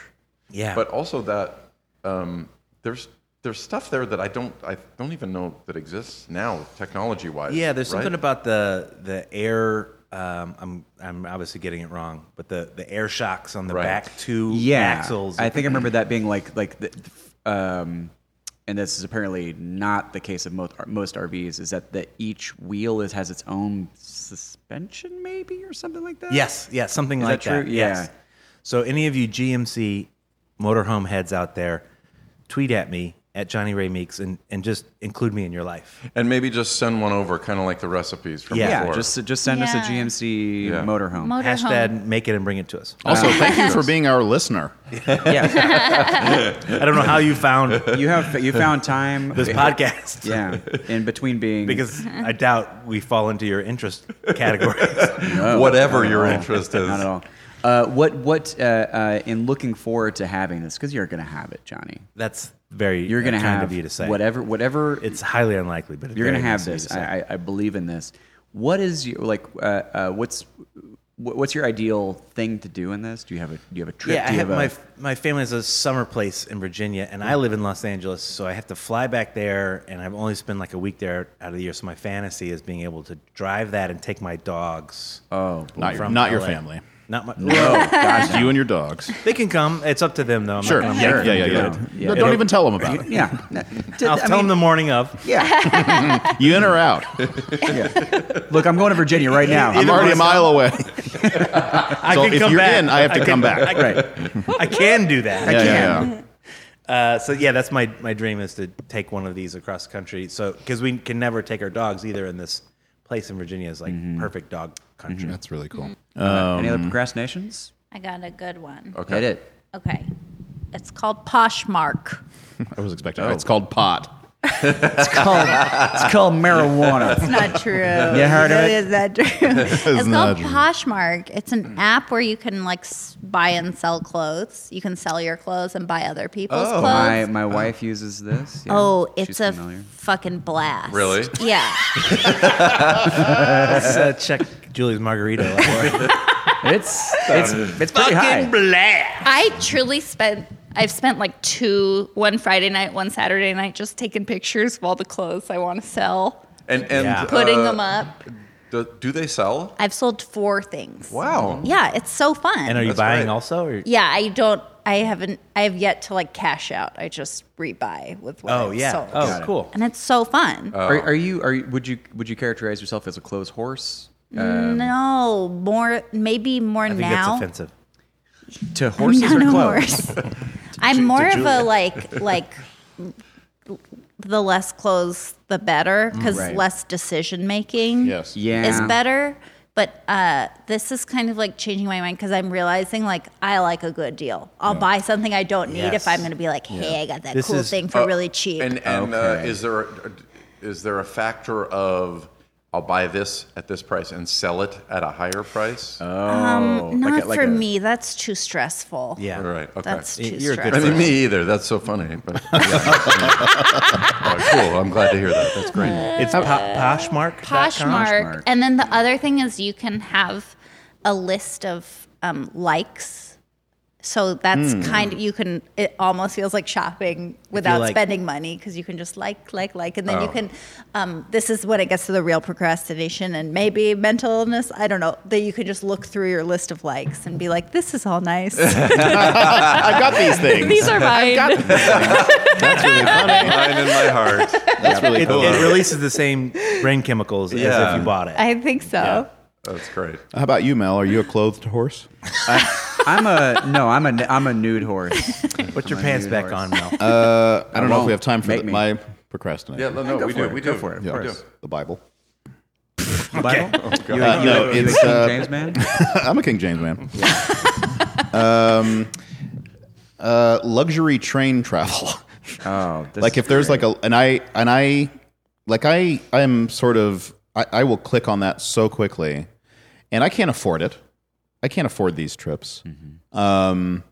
Speaker 5: Yeah.
Speaker 1: but also that um, there's there's stuff there that I don't I don't even know that exists now technology wise.
Speaker 5: Yeah, there's
Speaker 1: right?
Speaker 5: something about the the air. Um, I'm I'm obviously getting it wrong, but the the air shocks on the
Speaker 1: Right.
Speaker 5: back two
Speaker 3: yeah.
Speaker 5: axles.
Speaker 3: I think I remember that being like like the, um, and this is apparently not the case of most most RVs is that the each wheel is has its own suspension maybe or something like that.
Speaker 5: yes, yes, something
Speaker 3: Is
Speaker 5: like
Speaker 3: that
Speaker 5: that.
Speaker 3: true?
Speaker 5: Yes.
Speaker 3: Yeah.
Speaker 5: So any of you GMC motorhome heads out there, tweet at me at Johnny Ray Meeks and and just include me in your life.
Speaker 1: and maybe just send one over, kind of like the recipes from
Speaker 5: Yeah,
Speaker 1: yeah,
Speaker 3: Yeah,
Speaker 1: before.
Speaker 3: just just send us a
Speaker 6: Yeah.
Speaker 3: GMC
Speaker 1: Yeah.
Speaker 3: motorhome.
Speaker 6: Motorhome.
Speaker 5: Hashtag make it and bring it to us.
Speaker 3: Oh.
Speaker 2: Also, thank you for being our listener.
Speaker 3: yeah, [laughs]
Speaker 5: I don't know how you found
Speaker 3: you have you found time
Speaker 5: this podcast
Speaker 3: Yeah, in between being
Speaker 5: because I doubt we fall into your interest
Speaker 3: [laughs]
Speaker 5: categories.
Speaker 1: whatever your interest is.
Speaker 3: Not at all. Uh, what what uh, uh, in looking forward to having this because you're gonna have it, Johnny.
Speaker 5: That's very
Speaker 3: You're gonna
Speaker 5: kind
Speaker 3: have
Speaker 5: of you to say
Speaker 3: whatever whatever
Speaker 5: It's highly unlikely, but it's
Speaker 3: you're gonna
Speaker 5: very
Speaker 3: have
Speaker 5: nice of you
Speaker 3: this.
Speaker 5: to say.
Speaker 3: I, I, I believe in this. What is your like? Uh, uh, what's wh- what's your ideal thing to do in this? Do you have a do you have a trip?
Speaker 5: yeah, I
Speaker 3: do you
Speaker 5: have
Speaker 3: a-
Speaker 5: my my family has a summer place in Virginia, and I live in Los Angeles, so I have to fly back there, and I've only spent like a week there out of the year. So my fantasy is being able to drive that and take my dogs.
Speaker 3: oh
Speaker 5: [laughs]
Speaker 2: Not your,
Speaker 5: From
Speaker 2: not your
Speaker 5: LA.
Speaker 2: family.
Speaker 5: Not my.
Speaker 3: oh gosh
Speaker 2: Just you and your dogs.
Speaker 5: They can come. It's up to them, though. I'm
Speaker 2: Sure.
Speaker 5: Not
Speaker 2: [laughs]
Speaker 5: gonna
Speaker 2: Yeah,
Speaker 5: make
Speaker 2: yeah,
Speaker 5: them
Speaker 2: yeah,
Speaker 5: do
Speaker 2: yeah.
Speaker 5: it.
Speaker 2: No, Don't even tell them about
Speaker 5: [laughs]
Speaker 2: it.
Speaker 3: yeah. No, did-
Speaker 5: I'll
Speaker 3: I
Speaker 5: tell
Speaker 3: mean,
Speaker 5: them the morning of. [laughs]
Speaker 3: yeah,
Speaker 2: You in or out?
Speaker 3: yeah. Look, I'm going to Virginia right now.
Speaker 2: I'm
Speaker 3: I'm-
Speaker 2: already a mile away.
Speaker 5: I
Speaker 2: So
Speaker 5: can
Speaker 2: if
Speaker 5: come
Speaker 2: you're
Speaker 5: back.
Speaker 2: in, I have to come back.
Speaker 3: right.
Speaker 5: [laughs] I can do that.
Speaker 2: Yeah, yeah, yeah.
Speaker 5: Uh, so yeah, that's my my dream is to take one of these across the country. So because we can never take our dogs either, and this place in Virginia is like
Speaker 1: Mm-hmm.
Speaker 5: perfect dog country.
Speaker 2: That's really cool.
Speaker 5: Um,
Speaker 3: Any other procrastinations?
Speaker 4: I got a good one.
Speaker 3: Okay. Hit it.
Speaker 4: Okay. It's called Poshmark.
Speaker 5: Oh.
Speaker 2: I was expecting. It's called pot.
Speaker 3: It's called it's called
Speaker 5: [laughs]
Speaker 3: marijuana.
Speaker 4: It's not true.
Speaker 5: You heard of
Speaker 4: That
Speaker 5: it?
Speaker 4: is not true. it's
Speaker 2: not
Speaker 4: called
Speaker 2: true.
Speaker 4: Poshmark. It's an app where you can like s- buy and sell clothes. You can sell your clothes and buy other people's
Speaker 3: My
Speaker 4: clothes.
Speaker 3: my wife uses this. Yeah,
Speaker 4: oh,
Speaker 3: she's
Speaker 4: it's a
Speaker 3: familiar.
Speaker 4: fucking blast.
Speaker 1: Really?
Speaker 4: Yeah.
Speaker 5: Let's [laughs] uh, check Julie's [laughs] margarita.
Speaker 3: It's it's it's pretty high.
Speaker 6: I truly spent I've spent like two one Friday night, one Saturday night just taking pictures of all the clothes I want to sell,
Speaker 1: And and
Speaker 5: Yeah.
Speaker 6: putting
Speaker 1: uh,
Speaker 6: them up.
Speaker 1: Do, do they sell?
Speaker 4: I've sold four things.
Speaker 1: Wow.
Speaker 4: Yeah, it's so fun.
Speaker 5: and are you
Speaker 1: That's
Speaker 5: buying
Speaker 1: right.
Speaker 5: also? Or?
Speaker 4: yeah, I don't. I haven't. I have yet to like cash out. I just rebuy with what
Speaker 5: Oh
Speaker 4: I've
Speaker 5: yeah.
Speaker 4: sold.
Speaker 5: Oh cool.
Speaker 4: And it's so fun.
Speaker 3: Are, are you are you, would you would you characterize yourself as a clothes horse? Um,
Speaker 4: no, more maybe more
Speaker 5: I think
Speaker 4: now.
Speaker 5: that's offensive.
Speaker 3: to horses
Speaker 4: No,
Speaker 3: or
Speaker 4: no
Speaker 5: [laughs]
Speaker 3: clothes?
Speaker 4: [laughs] more. I'm more of a like like the less clothes the better because
Speaker 3: Mm, Right.
Speaker 4: less decision making
Speaker 2: Yes.
Speaker 3: Yeah.
Speaker 4: is better. But uh, this is kind of like changing my mind because I'm realizing like I like a good deal. I'll buy something I don't need
Speaker 5: Yes.
Speaker 4: if I'm going to be like, hey, I got that
Speaker 5: This
Speaker 4: cool
Speaker 5: is-
Speaker 4: thing
Speaker 3: Oh,
Speaker 4: for
Speaker 1: Uh,
Speaker 4: really cheap.
Speaker 1: And and uh,
Speaker 3: Okay.
Speaker 1: is there a, is there a factor of I'll buy this at this price and sell it at a higher price?
Speaker 3: Oh.
Speaker 4: Not
Speaker 3: a- like
Speaker 4: for
Speaker 3: a-
Speaker 4: me. That's too stressful.
Speaker 5: Yeah.
Speaker 1: All right. Okay.
Speaker 4: That's too
Speaker 5: You're a good
Speaker 1: I
Speaker 4: stressful.
Speaker 1: mean, me either. That's so funny. But [laughs] Oh, cool. I'm glad to hear that. That's great.
Speaker 5: It's po- Poshmark.
Speaker 6: Poshmark.
Speaker 4: Uh, Poshmark. And then the other thing is you can have a list of um, likes. So that's kind of, you can, it almost feels like shopping without
Speaker 5: like-
Speaker 4: spending money because you can just like, like, like. And then you can, um, this is when it gets to the real procrastination and maybe mental illness. I don't know. That you can just look through your list of likes and be like, this is all nice.
Speaker 2: I got
Speaker 5: [laughs]
Speaker 2: these things.
Speaker 6: These are mine.
Speaker 1: Mine in my heart. That's really
Speaker 5: It, it releases the same brain chemicals as
Speaker 1: Yeah.
Speaker 5: if you bought it.
Speaker 4: I think so.
Speaker 1: That's
Speaker 3: [laughs]
Speaker 1: great.
Speaker 2: How about you, Mel? Are you a clothed horse?
Speaker 3: [laughs] I'm a no. I'm a I'm a nude horse.
Speaker 5: Put your
Speaker 3: I'm a
Speaker 5: pants
Speaker 3: nude
Speaker 5: back
Speaker 3: horse.
Speaker 5: on, Mel.
Speaker 2: Uh, I don't know if
Speaker 3: won't.
Speaker 2: we have time for
Speaker 3: Make
Speaker 2: the,
Speaker 3: me.
Speaker 2: my
Speaker 1: Yeah,
Speaker 2: procrastination.
Speaker 1: no, no,
Speaker 3: Go
Speaker 1: we
Speaker 3: for
Speaker 1: do.
Speaker 3: it.
Speaker 1: We
Speaker 3: Go
Speaker 1: do.
Speaker 3: for it. Of
Speaker 2: Yeah.
Speaker 3: course.
Speaker 2: the Bible. [laughs]
Speaker 3: Bible? You,
Speaker 2: Uh,
Speaker 3: you,
Speaker 2: no,
Speaker 3: you, you a
Speaker 2: it's,
Speaker 3: King
Speaker 2: uh,
Speaker 3: James man.
Speaker 2: I'm a King
Speaker 3: [laughs]
Speaker 2: James man. um, uh, luxury train travel.
Speaker 3: Oh, this
Speaker 2: like
Speaker 3: is
Speaker 2: if there's like a and I and I like I I'm sort of I, I will click on that so quickly, and I can't afford it. I can't afford these trips. Um,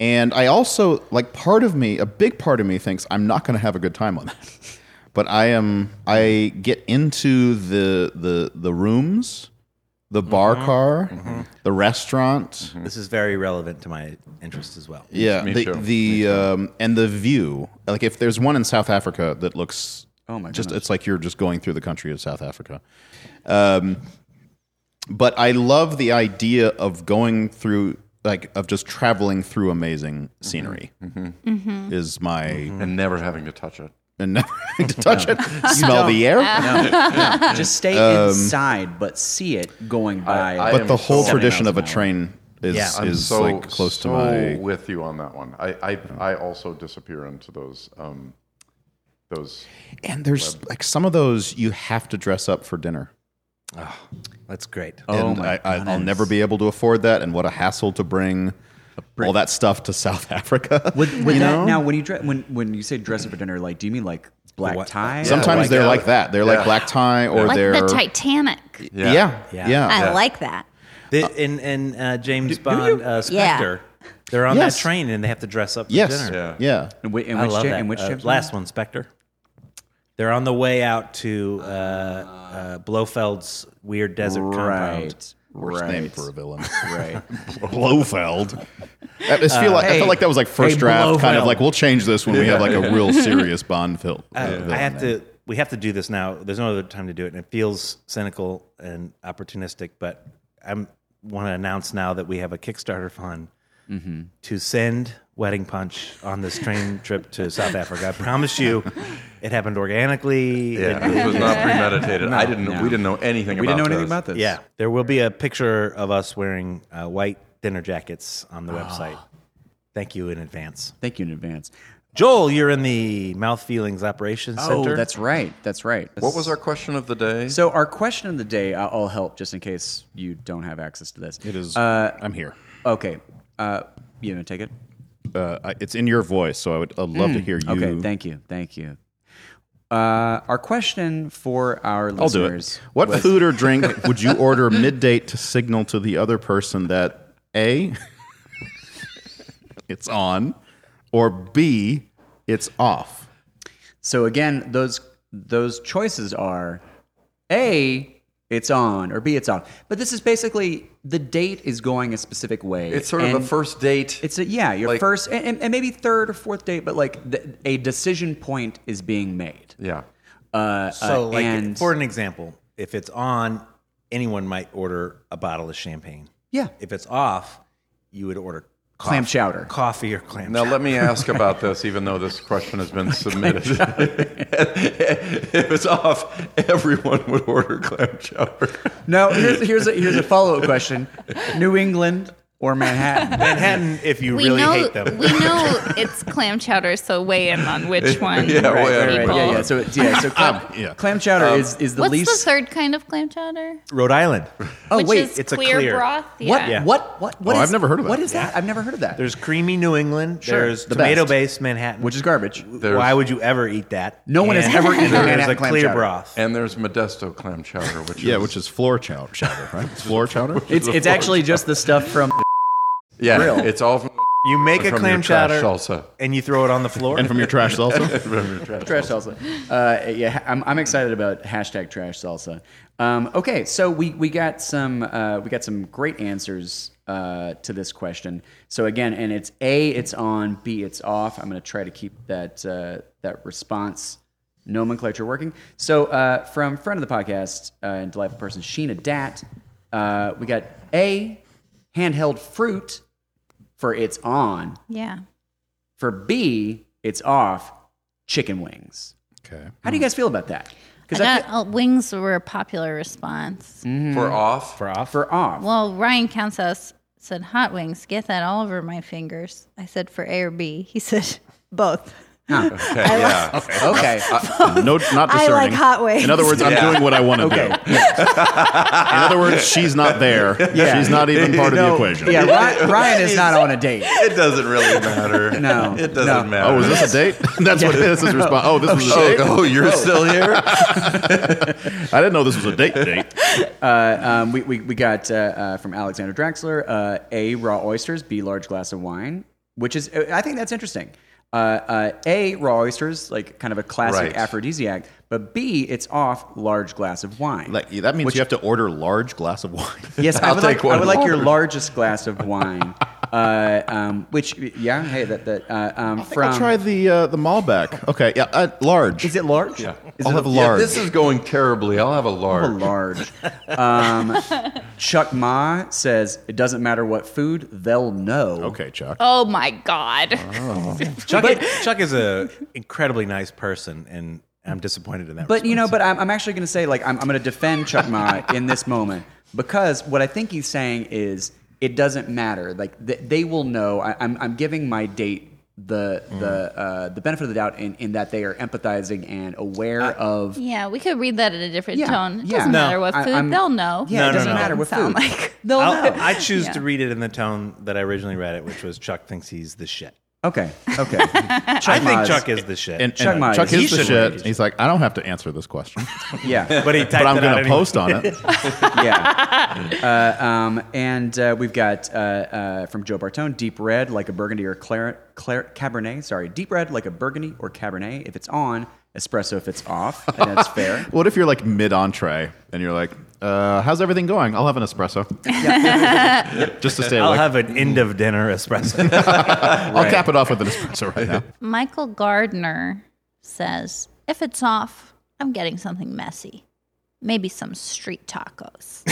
Speaker 2: and I also like part of me, a big part of me thinks I'm not going to have a good time on that. But I am. I get into the the the rooms, the bar car, the restaurant.
Speaker 5: This is very relevant to my interest as well.
Speaker 2: Yeah,
Speaker 1: Me
Speaker 2: the,
Speaker 1: too.
Speaker 2: the um, and the view. Like if there's one in South Africa that looks
Speaker 3: Oh my
Speaker 2: just
Speaker 3: goodness.
Speaker 2: it's like you're just going through the country of South Africa. Um, but I love the idea of going through like of just traveling through amazing
Speaker 1: Mm-hmm.
Speaker 2: scenery. Is my
Speaker 1: And never having to touch it.
Speaker 2: [laughs] and never [laughs] having to
Speaker 1: [laughs]
Speaker 2: touch it, smell the air.
Speaker 3: just stay inside, but see it going by.
Speaker 1: I
Speaker 2: But
Speaker 1: am
Speaker 2: the whole
Speaker 1: so-
Speaker 2: tradition of a
Speaker 3: miles an hour.
Speaker 2: train is
Speaker 5: Yeah, I'm
Speaker 2: is like close
Speaker 1: so
Speaker 2: to my
Speaker 1: with you on that one. I I, I also disappear into those um those
Speaker 2: and there's like some of those you have to dress up for dinner.
Speaker 5: That's great.
Speaker 1: Oh,
Speaker 2: and I, I, I'll never be able to afford that. And what a hassle to bring all that stuff to South [laughs] Africa.
Speaker 3: Would, would that, now, when you dress, when when you say dress up for dinner, like, do you mean like black
Speaker 5: what-
Speaker 3: tie?
Speaker 2: Sometimes
Speaker 1: like
Speaker 2: they're
Speaker 1: that.
Speaker 2: like that. They're like
Speaker 1: Yeah.
Speaker 2: black tie or
Speaker 6: like
Speaker 2: they're
Speaker 6: the Titanic.
Speaker 2: Yeah, yeah,
Speaker 5: Yeah.
Speaker 4: I like that.
Speaker 5: The, in in uh, James Bond uh,
Speaker 4: Yeah.
Speaker 5: Spectre, they're on
Speaker 2: Yes.
Speaker 5: that train and they have to dress up for
Speaker 2: yes,
Speaker 5: dinner.
Speaker 2: yeah.
Speaker 3: In, whi- in
Speaker 5: I
Speaker 3: which
Speaker 5: love
Speaker 3: ja-
Speaker 5: that.
Speaker 3: In which
Speaker 5: Uh,
Speaker 3: James
Speaker 5: last one, Spectre. They're on the way out to uh, uh, Blofeld's weird desert
Speaker 3: Bond?
Speaker 5: compound.
Speaker 3: Right.
Speaker 2: Worst
Speaker 3: right.
Speaker 2: name for a villain,
Speaker 3: Right.
Speaker 2: Blofeld. I just feel like I
Speaker 3: hey,
Speaker 2: felt like that was like first
Speaker 3: hey,
Speaker 2: draft, kind of
Speaker 5: Blofeld.
Speaker 2: like we'll change this when we have like a real serious Bond film.
Speaker 5: Uh, I have to. We have to do this now. There's no other time to do it, and it feels cynical and opportunistic. But I'm want to announce now that we have a Kickstarter fund to send Wedding Punch on this train trip to South Africa. I promise you, it happened organically.
Speaker 1: Yeah,
Speaker 5: It-
Speaker 1: this was [laughs] not premeditated. I didn't.
Speaker 3: no.
Speaker 1: We didn't know anything.
Speaker 3: We
Speaker 1: about
Speaker 3: didn't know anything
Speaker 1: this.
Speaker 3: about this.
Speaker 5: yeah. There will be a picture of us wearing uh, white dinner jackets on the website. Thank you in advance.
Speaker 3: Thank you in advance.
Speaker 5: Joel, you're in the Mouth Feelings Operations Center.
Speaker 3: Oh, that's right. That's right.
Speaker 1: What was our question of the day?
Speaker 3: So our question of the day, I'll I'll help just in case you don't have access to this.
Speaker 2: It is. I'm here.
Speaker 3: Okay. Uh, you gonna take it?
Speaker 2: Uh, I- it's in your voice, so I would I'd love to hear you.
Speaker 3: Okay. Thank you. Thank you. Uh, our question for our
Speaker 2: I'll do
Speaker 3: listeners.
Speaker 2: it. What
Speaker 3: was-
Speaker 2: food or drink would you order mid date to signal to the other person that A, it's on, or B, it's off?
Speaker 3: So again, those those choices are A, it's on, or B, it's off. But this is basically the date is going a specific way.
Speaker 1: It's sort of a
Speaker 3: and
Speaker 1: first date.
Speaker 3: It's a, yeah, your
Speaker 1: like-
Speaker 3: first and, and- and maybe third or fourth date, but like the, a decision point is being made.
Speaker 1: yeah.
Speaker 3: Uh,
Speaker 5: So,
Speaker 3: uh,
Speaker 5: like,
Speaker 3: and
Speaker 5: for an example, if it's on, anyone might order a bottle of champagne.
Speaker 3: yeah,
Speaker 5: If it's off, you would order coffee,
Speaker 3: Clam chowder.
Speaker 5: coffee or clam
Speaker 1: Now
Speaker 5: chowder.
Speaker 1: let me ask about this, even though this question has been submitted. if it's off, everyone would order clam chowder.
Speaker 3: No, here's here's a, here's a follow up question: New England or Manhattan?
Speaker 5: Manhattan, if you really
Speaker 6: know
Speaker 5: hate them.
Speaker 6: we
Speaker 3: [laughs]
Speaker 6: know it's clam chowder, so weigh in on which one.
Speaker 1: Yeah, Right, weigh in.
Speaker 6: people-
Speaker 1: Right,
Speaker 3: yeah, yeah. So it's-
Speaker 2: [laughs]
Speaker 3: yeah, so clam,
Speaker 2: Um, yeah.
Speaker 3: clam chowder is is the
Speaker 6: What's
Speaker 3: least.
Speaker 6: the third kind of clam chowder?
Speaker 5: Rhode Island.
Speaker 3: oh
Speaker 6: Which
Speaker 3: wait,
Speaker 6: is
Speaker 5: it's a
Speaker 6: clear,
Speaker 5: clear.
Speaker 6: broth.
Speaker 3: what,
Speaker 6: Yeah.
Speaker 3: what what what?
Speaker 2: Oh, I've
Speaker 3: is-
Speaker 2: never heard of that.
Speaker 3: What is that? I've never heard of that.
Speaker 5: There's creamy New England.
Speaker 3: Sure,
Speaker 5: There's
Speaker 3: the best.
Speaker 5: tomato-based Manhattan.
Speaker 3: which is garbage.
Speaker 5: Why would you ever eat that?
Speaker 3: No one has
Speaker 5: And [laughs]
Speaker 3: ever eaten a
Speaker 5: There's
Speaker 3: Manhattan
Speaker 5: a
Speaker 3: clam
Speaker 5: clear
Speaker 3: chowder.
Speaker 5: broth.
Speaker 1: And there's Modesto clam chowder, which
Speaker 2: Yeah,
Speaker 1: is,
Speaker 2: which is floor chow- chowder, right? It's [laughs] floor chowder?
Speaker 3: It's it's actually just the stuff from.
Speaker 1: yeah, it's all from,
Speaker 5: You make a
Speaker 1: from
Speaker 5: clam
Speaker 1: your trash
Speaker 5: chowder
Speaker 1: salsa.
Speaker 5: and you throw it on
Speaker 3: [laughs]
Speaker 5: the floor.
Speaker 2: and from your trash [laughs] also?
Speaker 1: From your trash
Speaker 3: Trash salsa. Uh, yeah, I'm, I'm excited about hashtag trash salsa. Um, okay, so we, we got some uh, we got some great answers uh, to this question. So again, and it's A, it's on, B, it's off. I'm going to try to keep that uh, that response nomenclature working. So uh, from friend of the podcast uh, and delightful person Sheena Dat, uh, we got A, handheld fruit for it's on.
Speaker 4: Yeah.
Speaker 3: For B, it's off chicken wings.
Speaker 2: Okay.
Speaker 3: How do you guys feel about that?
Speaker 4: I
Speaker 3: Because I
Speaker 6: oh,
Speaker 3: Mm.
Speaker 4: got- uh, wings were a popular response.
Speaker 1: For off,
Speaker 5: For
Speaker 3: feel
Speaker 5: off.
Speaker 3: for off.
Speaker 4: Well, Ryan Kansas said hot wings. Get that all over my fingers. I said for A or B.
Speaker 6: [laughs]
Speaker 4: He said both.
Speaker 1: okay, yeah.
Speaker 3: okay. Uh,
Speaker 2: No, not discerning.
Speaker 4: I like hot wings.
Speaker 2: In other words, I'm
Speaker 1: Yeah.
Speaker 2: doing what I want to do. In other words, she's not there.
Speaker 3: Yeah.
Speaker 2: She's not even part of the
Speaker 3: No,
Speaker 2: equation.
Speaker 3: Yeah, Ryan, Ryan is not on a date.
Speaker 1: It doesn't really matter.
Speaker 3: No,
Speaker 1: it doesn't
Speaker 3: no.
Speaker 1: matter.
Speaker 2: Oh, is this a date? [laughs] That's what this is. Response. Oh, this was a
Speaker 1: Oh,
Speaker 2: date.
Speaker 1: oh, you're still here?
Speaker 2: I didn't know this was a date date.
Speaker 3: Um, we, we, we got uh, uh, from Alexander Drexler uh, A, raw oysters, B, large glass of wine, which is, I think that's interesting. Uh, uh, a, raw oysters, like kind of a classic
Speaker 1: Right.
Speaker 3: aphrodisiac, but B, it's off large glass of wine.
Speaker 2: Like that means you have to order large glass of wine.
Speaker 3: [laughs] Yes, I
Speaker 1: I'll
Speaker 3: would
Speaker 1: take
Speaker 3: like,
Speaker 1: one
Speaker 3: I would
Speaker 1: of
Speaker 3: like your
Speaker 1: those.
Speaker 3: largest glass of wine. uh, um, which, yeah, hey, that, that uh, um, from.
Speaker 2: I'll try the uh, the Malbec. Okay, yeah, uh, large.
Speaker 3: is it large? Yeah.
Speaker 2: I'll have a
Speaker 1: Yeah,
Speaker 2: large.
Speaker 1: this is going terribly. I'll have a
Speaker 3: A
Speaker 1: large.
Speaker 3: large. Um, Chuck Ma says it doesn't matter what food, they'll know.
Speaker 2: okay, Chuck.
Speaker 6: Oh my god.
Speaker 5: Chuck, Chuck is a incredibly nice person, and I'm disappointed in that.
Speaker 3: But you know,
Speaker 5: response.
Speaker 3: but I'm, I'm actually going to say like I'm, I'm going to defend Chuck
Speaker 5: [laughs]
Speaker 3: Ma in this moment because what I think he's saying is it doesn't matter. Like th- they will know. I, I'm, I'm giving my date the
Speaker 5: Mm.
Speaker 3: the uh, the benefit of the doubt in, in that they are empathizing and aware of.
Speaker 4: [laughs]
Speaker 6: Yeah, we could read that in a different
Speaker 3: Yeah,
Speaker 6: tone. It
Speaker 3: yeah.
Speaker 6: doesn't
Speaker 3: No,
Speaker 6: matter what
Speaker 3: I-
Speaker 6: food,
Speaker 3: I'm-
Speaker 6: they'll know.
Speaker 3: Yeah,
Speaker 5: No,
Speaker 3: it
Speaker 5: no,
Speaker 3: doesn't
Speaker 5: no.
Speaker 3: matter what food.
Speaker 6: Sound like
Speaker 3: They'll
Speaker 4: [laughs]
Speaker 3: know.
Speaker 5: I'll- I choose to read it in the tone that I originally read it, which was Chuck thinks he's the shit.
Speaker 3: okay, okay. Chuck
Speaker 5: [laughs] I think
Speaker 3: Ma's-
Speaker 5: Chuck is the shit.
Speaker 2: And,
Speaker 3: Chuck
Speaker 2: Chuck, and
Speaker 3: Ma is-
Speaker 2: Chuck
Speaker 3: he
Speaker 2: is the
Speaker 3: should
Speaker 2: shit.
Speaker 3: read.
Speaker 2: He's like, I don't have to answer
Speaker 3: [laughs]
Speaker 2: this question,
Speaker 3: Yeah.
Speaker 5: but he typed
Speaker 2: but I'm
Speaker 5: it out
Speaker 2: going to
Speaker 5: anyway.
Speaker 2: post on it. [laughs]
Speaker 3: yeah. Uh, um, and uh, we've got uh, uh, from Joe Bartone, deep red like a burgundy or claret, claret, cabernet. Sorry, deep red like a burgundy or cabernet. If it's on, espresso if it's off. I think
Speaker 1: [laughs]
Speaker 3: that's fair.
Speaker 2: What if you're like mid entree and you're like, uh, how's everything going? I'll have
Speaker 3: [laughs]
Speaker 2: an espresso. Just to say,
Speaker 5: I'll
Speaker 2: like,
Speaker 5: have an end of dinner
Speaker 2: [laughs]
Speaker 5: espresso.
Speaker 2: I'll cap it off with an espresso
Speaker 3: [laughs]
Speaker 2: right now.
Speaker 4: Michael Gardner says, if it's off, I'm getting something messy. Maybe some street tacos.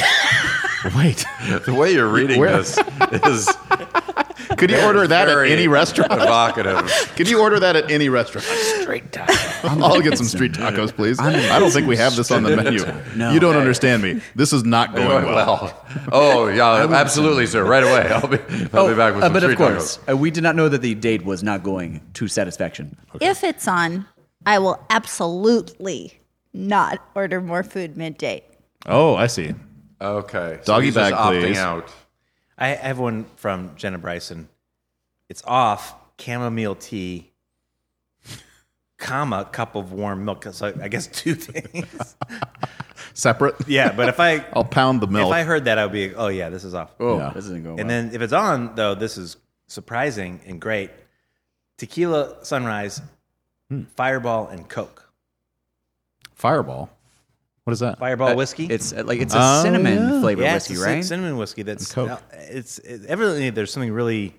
Speaker 5: [laughs]
Speaker 2: Wait,
Speaker 1: The way you're reading
Speaker 2: Where-
Speaker 1: this
Speaker 3: [laughs]
Speaker 1: is
Speaker 2: could you order that at
Speaker 1: very
Speaker 2: any
Speaker 3: [laughs]
Speaker 2: restaurant?
Speaker 1: Evocative.
Speaker 2: Could you order that at any restaurant? Street tacos. I'll get some street tacos, please. I don't think we have this on the menu. You don't understand me. This is not going well.
Speaker 1: well. Oh yeah, absolutely, sir. Right
Speaker 3: [laughs]
Speaker 1: away. I'll be. I'll be back with
Speaker 3: Uh,
Speaker 1: some
Speaker 3: but of
Speaker 1: street
Speaker 3: course,
Speaker 1: tacos.
Speaker 3: uh, we did not know that the date was not going to satisfaction.
Speaker 4: If it's on, I will absolutely not order more food mid date.
Speaker 2: Oh, I see.
Speaker 1: Okay. So
Speaker 2: Doggy
Speaker 1: he's just
Speaker 2: bag,
Speaker 1: opting
Speaker 2: please.
Speaker 1: out.
Speaker 5: I have one from Jenna Bryson. It's off chamomile tea, comma cup of warm milk. So I guess two [laughs]
Speaker 2: [laughs]
Speaker 5: things.
Speaker 2: Separate.
Speaker 5: yeah, but if I
Speaker 2: I'll pound the
Speaker 5: if
Speaker 2: Oh, milk.
Speaker 5: I heard that, I'd be oh yeah, this is off.
Speaker 3: Oh,
Speaker 2: Yeah.
Speaker 3: this isn't going
Speaker 5: And
Speaker 3: well.
Speaker 5: then if it's on though, this is surprising and great. Tequila sunrise,
Speaker 3: Hmm.
Speaker 5: Fireball and Coke.
Speaker 2: Fireball. What is that?
Speaker 5: Fireball
Speaker 3: Uh,
Speaker 5: whiskey.
Speaker 3: It's uh, like it's a
Speaker 2: Oh,
Speaker 3: cinnamon
Speaker 2: yeah.
Speaker 3: flavored
Speaker 5: yeah,
Speaker 3: whiskey,
Speaker 5: it's a cin-
Speaker 3: right?
Speaker 5: cinnamon whiskey. That's
Speaker 2: Coke.
Speaker 5: now, it's, it's evidently there's something really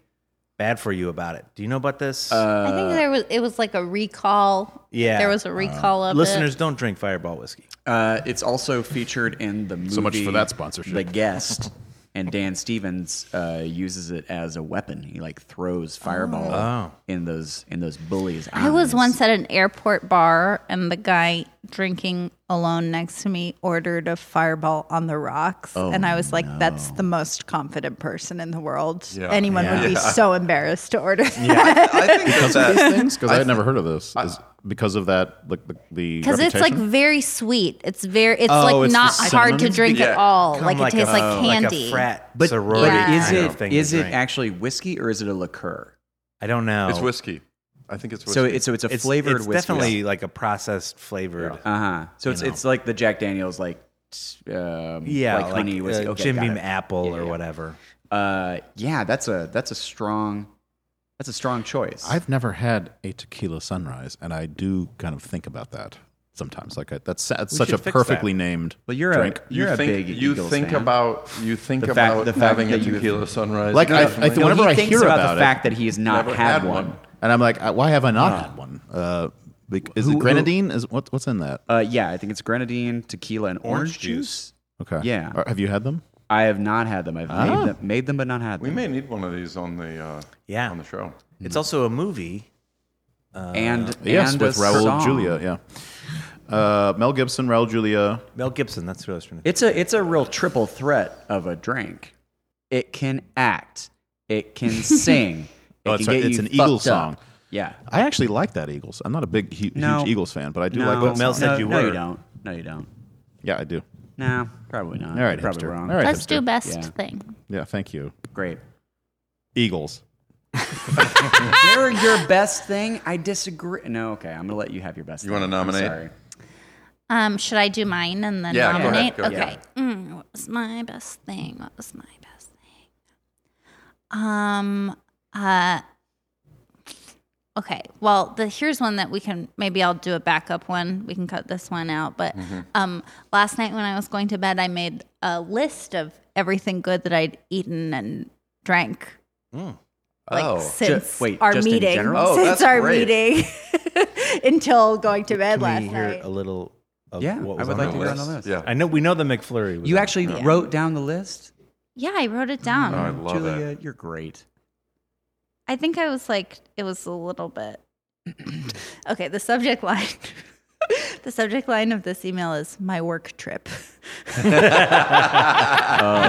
Speaker 5: bad for you about it. Do you know about this?
Speaker 3: Uh,
Speaker 6: I think there was it was like a recall.
Speaker 5: Uh, Yeah. Uh,
Speaker 6: there was a recall of
Speaker 5: Listeners,
Speaker 6: It.
Speaker 5: don't drink Fireball whiskey.
Speaker 3: uh, it's also featured in the movie.
Speaker 2: So much for that sponsorship.
Speaker 3: The guest and Dan Stevens uh, uses it as a weapon. He like throws fireball
Speaker 2: Oh.
Speaker 3: in those in those bullies.
Speaker 6: I
Speaker 3: eyes.
Speaker 6: was
Speaker 4: I was once at an airport bar, and the guy drinking alone next to me ordered a fireball on the rocks.
Speaker 5: Oh,
Speaker 4: and I was like, that's the most confident person in the world. Anyone would be so embarrassed to
Speaker 5: [laughs]
Speaker 4: order that.
Speaker 1: I think that's
Speaker 2: [laughs] These
Speaker 1: that.
Speaker 2: things because I had never heard of this. Is because of that, like the the
Speaker 6: Because it's like
Speaker 2: reputation?
Speaker 6: very sweet. It's very, it's
Speaker 5: Oh,
Speaker 6: like
Speaker 5: it's the
Speaker 6: not hard to
Speaker 2: cinnamon?
Speaker 6: drink at
Speaker 1: Yeah.
Speaker 6: all.
Speaker 5: Come
Speaker 6: Like, it tastes
Speaker 5: a,
Speaker 6: like candy.
Speaker 5: Like a frat
Speaker 3: but,
Speaker 5: sorority.
Speaker 3: but
Speaker 6: Yeah.
Speaker 3: is
Speaker 5: kind of
Speaker 3: it
Speaker 5: thing to
Speaker 3: is it
Speaker 5: drink.
Speaker 3: actually whiskey or is it a liqueur?
Speaker 5: I don't know.
Speaker 1: It's whiskey. I think it's whiskey.
Speaker 3: So it's so it's a
Speaker 5: It's-
Speaker 3: flavored
Speaker 5: it's
Speaker 3: whiskey.
Speaker 5: definitely like a processed flavored. Yeah,
Speaker 3: Uh huh. So it's it's like the Jack Daniels like t- um, like, honey whiskey.
Speaker 5: uh,
Speaker 3: Okay,
Speaker 5: Jim
Speaker 3: got
Speaker 5: Beam
Speaker 3: it.
Speaker 5: apple or whatever.
Speaker 3: Uh, yeah, that's a that's a strong that's a strong choice.
Speaker 2: I've never had a tequila sunrise, and I do kind of think about that sometimes. Like I, that's, that's such a
Speaker 5: should fix
Speaker 2: perfectly named
Speaker 3: well, you're
Speaker 2: drink.
Speaker 3: a
Speaker 1: you
Speaker 3: you're
Speaker 1: think
Speaker 3: a big
Speaker 1: you
Speaker 3: Eagles
Speaker 1: think
Speaker 3: fan.
Speaker 1: about you think
Speaker 3: The fact-
Speaker 1: about
Speaker 3: the fact
Speaker 1: having a
Speaker 3: that you-
Speaker 1: tequila sunrise.
Speaker 2: Like, I- I
Speaker 1: definitely.
Speaker 2: think whenever
Speaker 3: he
Speaker 2: I
Speaker 3: thinks
Speaker 2: hear
Speaker 3: about,
Speaker 2: about
Speaker 3: the
Speaker 2: it,
Speaker 3: fact that he has not
Speaker 1: never
Speaker 3: had,
Speaker 1: had
Speaker 3: one.
Speaker 1: one.
Speaker 2: and I'm like, I- why have I not had one? Uh, bec- is
Speaker 3: Who-
Speaker 2: it
Speaker 3: who-
Speaker 2: grenadine? Is what, what's in that?
Speaker 3: Uh, yeah, I think it's grenadine, tequila, and orange, juice.
Speaker 2: Okay.
Speaker 3: yeah.
Speaker 2: Are- have you had them?
Speaker 3: I have not had them. I've
Speaker 2: Ah.
Speaker 3: made, them, made them, but not had them.
Speaker 1: we may need one of these on the uh,
Speaker 5: Yeah.
Speaker 1: on the show.
Speaker 3: Mm-hmm.
Speaker 5: It's also a movie.
Speaker 3: and
Speaker 2: Uh, yes,
Speaker 3: and
Speaker 2: with
Speaker 3: a
Speaker 2: Raul
Speaker 3: song.
Speaker 2: Julia. Yeah. Uh, Mel Gibson, Raul Julia.
Speaker 5: Mel Gibson. That's what I was trying to.
Speaker 3: It's a it's a real triple threat of a drink. It can act. It
Speaker 2: [laughs]
Speaker 3: can sing. It
Speaker 2: Oh,
Speaker 3: can
Speaker 2: it's
Speaker 3: get
Speaker 2: a- it's
Speaker 3: you
Speaker 2: an Eagle
Speaker 3: fucked up.
Speaker 2: song.
Speaker 3: Yeah.
Speaker 2: I actually like that Eagles. I'm not a big, hu- huge
Speaker 3: No.
Speaker 2: Eagles fan, but I do
Speaker 3: no,
Speaker 2: like that.
Speaker 5: Mel
Speaker 2: song.
Speaker 5: said
Speaker 3: no,
Speaker 5: you
Speaker 3: No,
Speaker 5: were.
Speaker 3: you don't. No, you don't.
Speaker 2: Yeah, I do.
Speaker 3: No, probably not.
Speaker 2: All right,
Speaker 3: probably
Speaker 2: hipster.
Speaker 3: wrong.
Speaker 2: All right,
Speaker 6: Let's
Speaker 2: hipster.
Speaker 6: do best
Speaker 3: Yeah.
Speaker 6: thing.
Speaker 2: Yeah, thank you.
Speaker 3: Great.
Speaker 2: Eagles.
Speaker 3: They're your best thing. I disagree. No, okay. I'm gonna let you have your best.
Speaker 1: You
Speaker 3: thing.
Speaker 1: wanna
Speaker 3: I'm
Speaker 1: nominate?
Speaker 3: sorry.
Speaker 6: Um, should I do mine and then
Speaker 1: Yeah, go
Speaker 6: nominate?
Speaker 1: ahead, go ahead.
Speaker 6: okay. Mm, what was my best thing? What was my best thing? Um. Uh. Okay. Well, the here's one that we can maybe I'll do a backup one. We can cut this one out. But
Speaker 1: Mm-hmm.
Speaker 6: um, last night when I was going to bed, I made a list of everything good that I'd eaten and drank like
Speaker 1: oh,
Speaker 3: Ju-
Speaker 6: since
Speaker 3: wait,
Speaker 4: our
Speaker 3: just in
Speaker 4: meeting.
Speaker 3: general?
Speaker 1: Oh,
Speaker 4: since
Speaker 1: that's
Speaker 4: our
Speaker 6: [laughs]
Speaker 1: great.
Speaker 4: meeting until going to bed
Speaker 5: Can
Speaker 4: last
Speaker 5: we hear
Speaker 4: night.
Speaker 5: a little? Of
Speaker 3: Yeah, I
Speaker 5: what was
Speaker 3: would like
Speaker 5: on the
Speaker 3: to hear
Speaker 5: list?
Speaker 3: another list.
Speaker 1: Yeah,
Speaker 5: I know we know the McFlurry. Was
Speaker 3: You
Speaker 5: on
Speaker 3: actually
Speaker 6: Yeah.
Speaker 3: wrote down the list.
Speaker 6: Yeah, I wrote it down.
Speaker 1: Oh, I love
Speaker 3: Julia,
Speaker 1: it.
Speaker 3: you're great.
Speaker 6: I think I was like, it was a little bit. [clears throat] okay, the subject line. [laughs] the subject line of this email is my work trip.
Speaker 1: [laughs]
Speaker 3: [laughs] Um,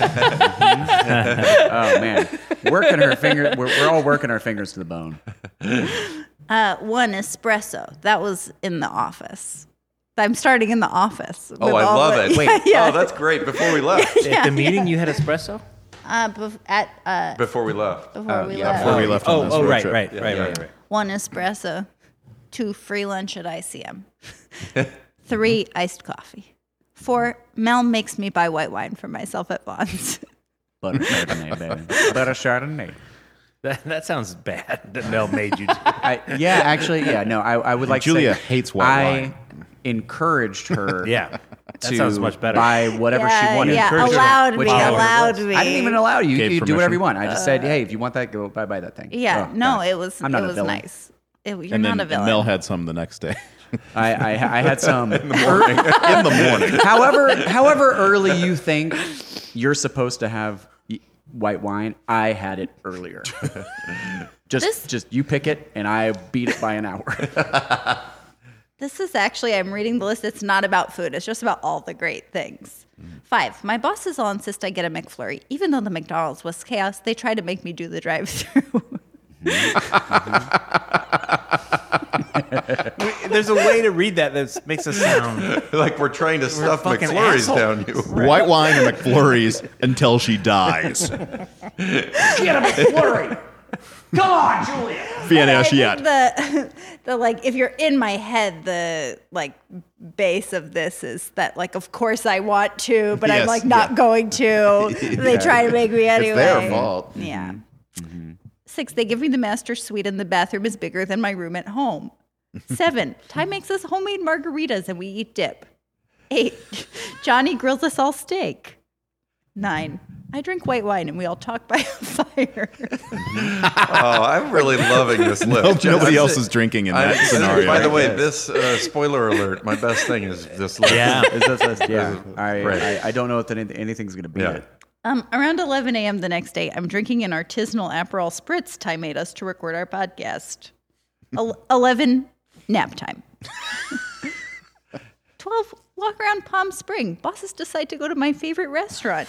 Speaker 3: Oh man, working her finger. We're, we're all working our fingers to the bone.
Speaker 4: Uh, one espresso.
Speaker 6: That was in the office. I'm starting in the office.
Speaker 1: Oh, I
Speaker 4: all
Speaker 1: love
Speaker 4: the-
Speaker 6: [laughs]
Speaker 1: it. Wait,
Speaker 4: [laughs] yeah.
Speaker 1: oh, that's great. Before we left,
Speaker 5: At the meeting, you had espresso.
Speaker 6: Uh, bef- at uh,
Speaker 1: before we left,
Speaker 6: before we left,
Speaker 2: Before we left on
Speaker 5: Oh,
Speaker 2: this
Speaker 5: oh,
Speaker 2: road
Speaker 5: right,
Speaker 2: trip.
Speaker 5: right, right, right, right.
Speaker 6: one espresso, two free lunch at
Speaker 1: [laughs]
Speaker 6: ICM, three iced coffee, four Mel makes me buy white wine for myself at Vaughn's. [laughs]
Speaker 3: Butter Chardonnay, baby. Butter Chardonnay.
Speaker 5: That, that sounds bad. [laughs] That Mel made you. do.
Speaker 3: I, yeah, actually, yeah. No, I, I would like.
Speaker 2: Julia
Speaker 3: to say,
Speaker 2: hates white
Speaker 3: I
Speaker 2: wine.
Speaker 3: encouraged her.
Speaker 5: [laughs] Yeah, that
Speaker 3: to
Speaker 5: sounds much better.
Speaker 3: buy whatever
Speaker 4: Yeah,
Speaker 3: she wanted.
Speaker 4: yeah,
Speaker 3: Encouraged her,
Speaker 4: allowed
Speaker 3: which
Speaker 4: me,
Speaker 3: I-
Speaker 4: allowed me. Uh,
Speaker 3: I didn't even allow you.
Speaker 2: Gave
Speaker 3: you do whatever
Speaker 2: permission.
Speaker 3: you want. I just said, hey, if you want that, go buy buy that thing.
Speaker 4: Yeah,
Speaker 3: Oh,
Speaker 4: no,
Speaker 3: God.
Speaker 4: it was
Speaker 3: I'm not
Speaker 4: it
Speaker 3: a
Speaker 4: was
Speaker 3: villain.
Speaker 4: nice. It, you're
Speaker 2: And
Speaker 4: not
Speaker 2: then
Speaker 4: a villain.
Speaker 2: Mel had some the next
Speaker 3: [laughs]
Speaker 2: day.
Speaker 3: I, I, I had some.
Speaker 2: in the morning.
Speaker 3: however, however early you think you're supposed to have y- white wine, I had it earlier. just,
Speaker 6: This-
Speaker 3: just you pick it, and I beat it by an hour.
Speaker 4: This is actually, I'm reading the list. It's not about food, it's just about all the great things.
Speaker 3: Mm.
Speaker 4: Five, my bosses all insist I get a McFlurry. Even though the McDonald's was chaos, they try to make me do the drive through.
Speaker 5: There's a way to read that that makes
Speaker 1: [laughs]
Speaker 5: us sound.
Speaker 1: like we're trying to stuff
Speaker 5: fucking
Speaker 1: McFlurries
Speaker 5: assholes.
Speaker 1: down you.
Speaker 2: White wine
Speaker 3: [laughs]
Speaker 2: and McFlurries until she dies.
Speaker 3: Get a McFlurry. [laughs]
Speaker 2: Vienna
Speaker 4: [laughs] I think
Speaker 2: Ashiat.
Speaker 4: The the [laughs] like if you're in my head, the like base of this is that like of course I want to, but
Speaker 2: Yes,
Speaker 4: I'm like not
Speaker 2: yeah.
Speaker 3: [laughs]
Speaker 4: going to. They try to make me anyway.
Speaker 1: It's their fault.
Speaker 4: Yeah. Six, they give me the master suite and the bathroom is bigger than my room at home. Seven, Ty makes us homemade margaritas and we eat dip. Eight, [laughs] Johnny grills us all steak. Nine, I drink white wine and we all talk by [laughs] a fire.
Speaker 1: Oh, I'm really loving this list.
Speaker 2: nobody
Speaker 1: I'm
Speaker 2: else
Speaker 1: si-
Speaker 2: is drinking in
Speaker 1: I'm-
Speaker 2: that scenario.
Speaker 1: By the way, this uh, spoiler alert. My best thing is this list.
Speaker 5: Yeah.
Speaker 3: Is that, that's, yeah. I,
Speaker 1: Right.
Speaker 3: I, I don't know if any- anything's going to beat
Speaker 1: Yeah.
Speaker 3: it.
Speaker 4: Um, around 11 a.m. the next day, I'm drinking an artisanal Aperol spritz Ty made us to record our podcast. [laughs] El- 11, nap time. [laughs] 12, walk around Palm Spring. Bosses decide to go to my favorite
Speaker 5: [laughs]
Speaker 4: restaurant.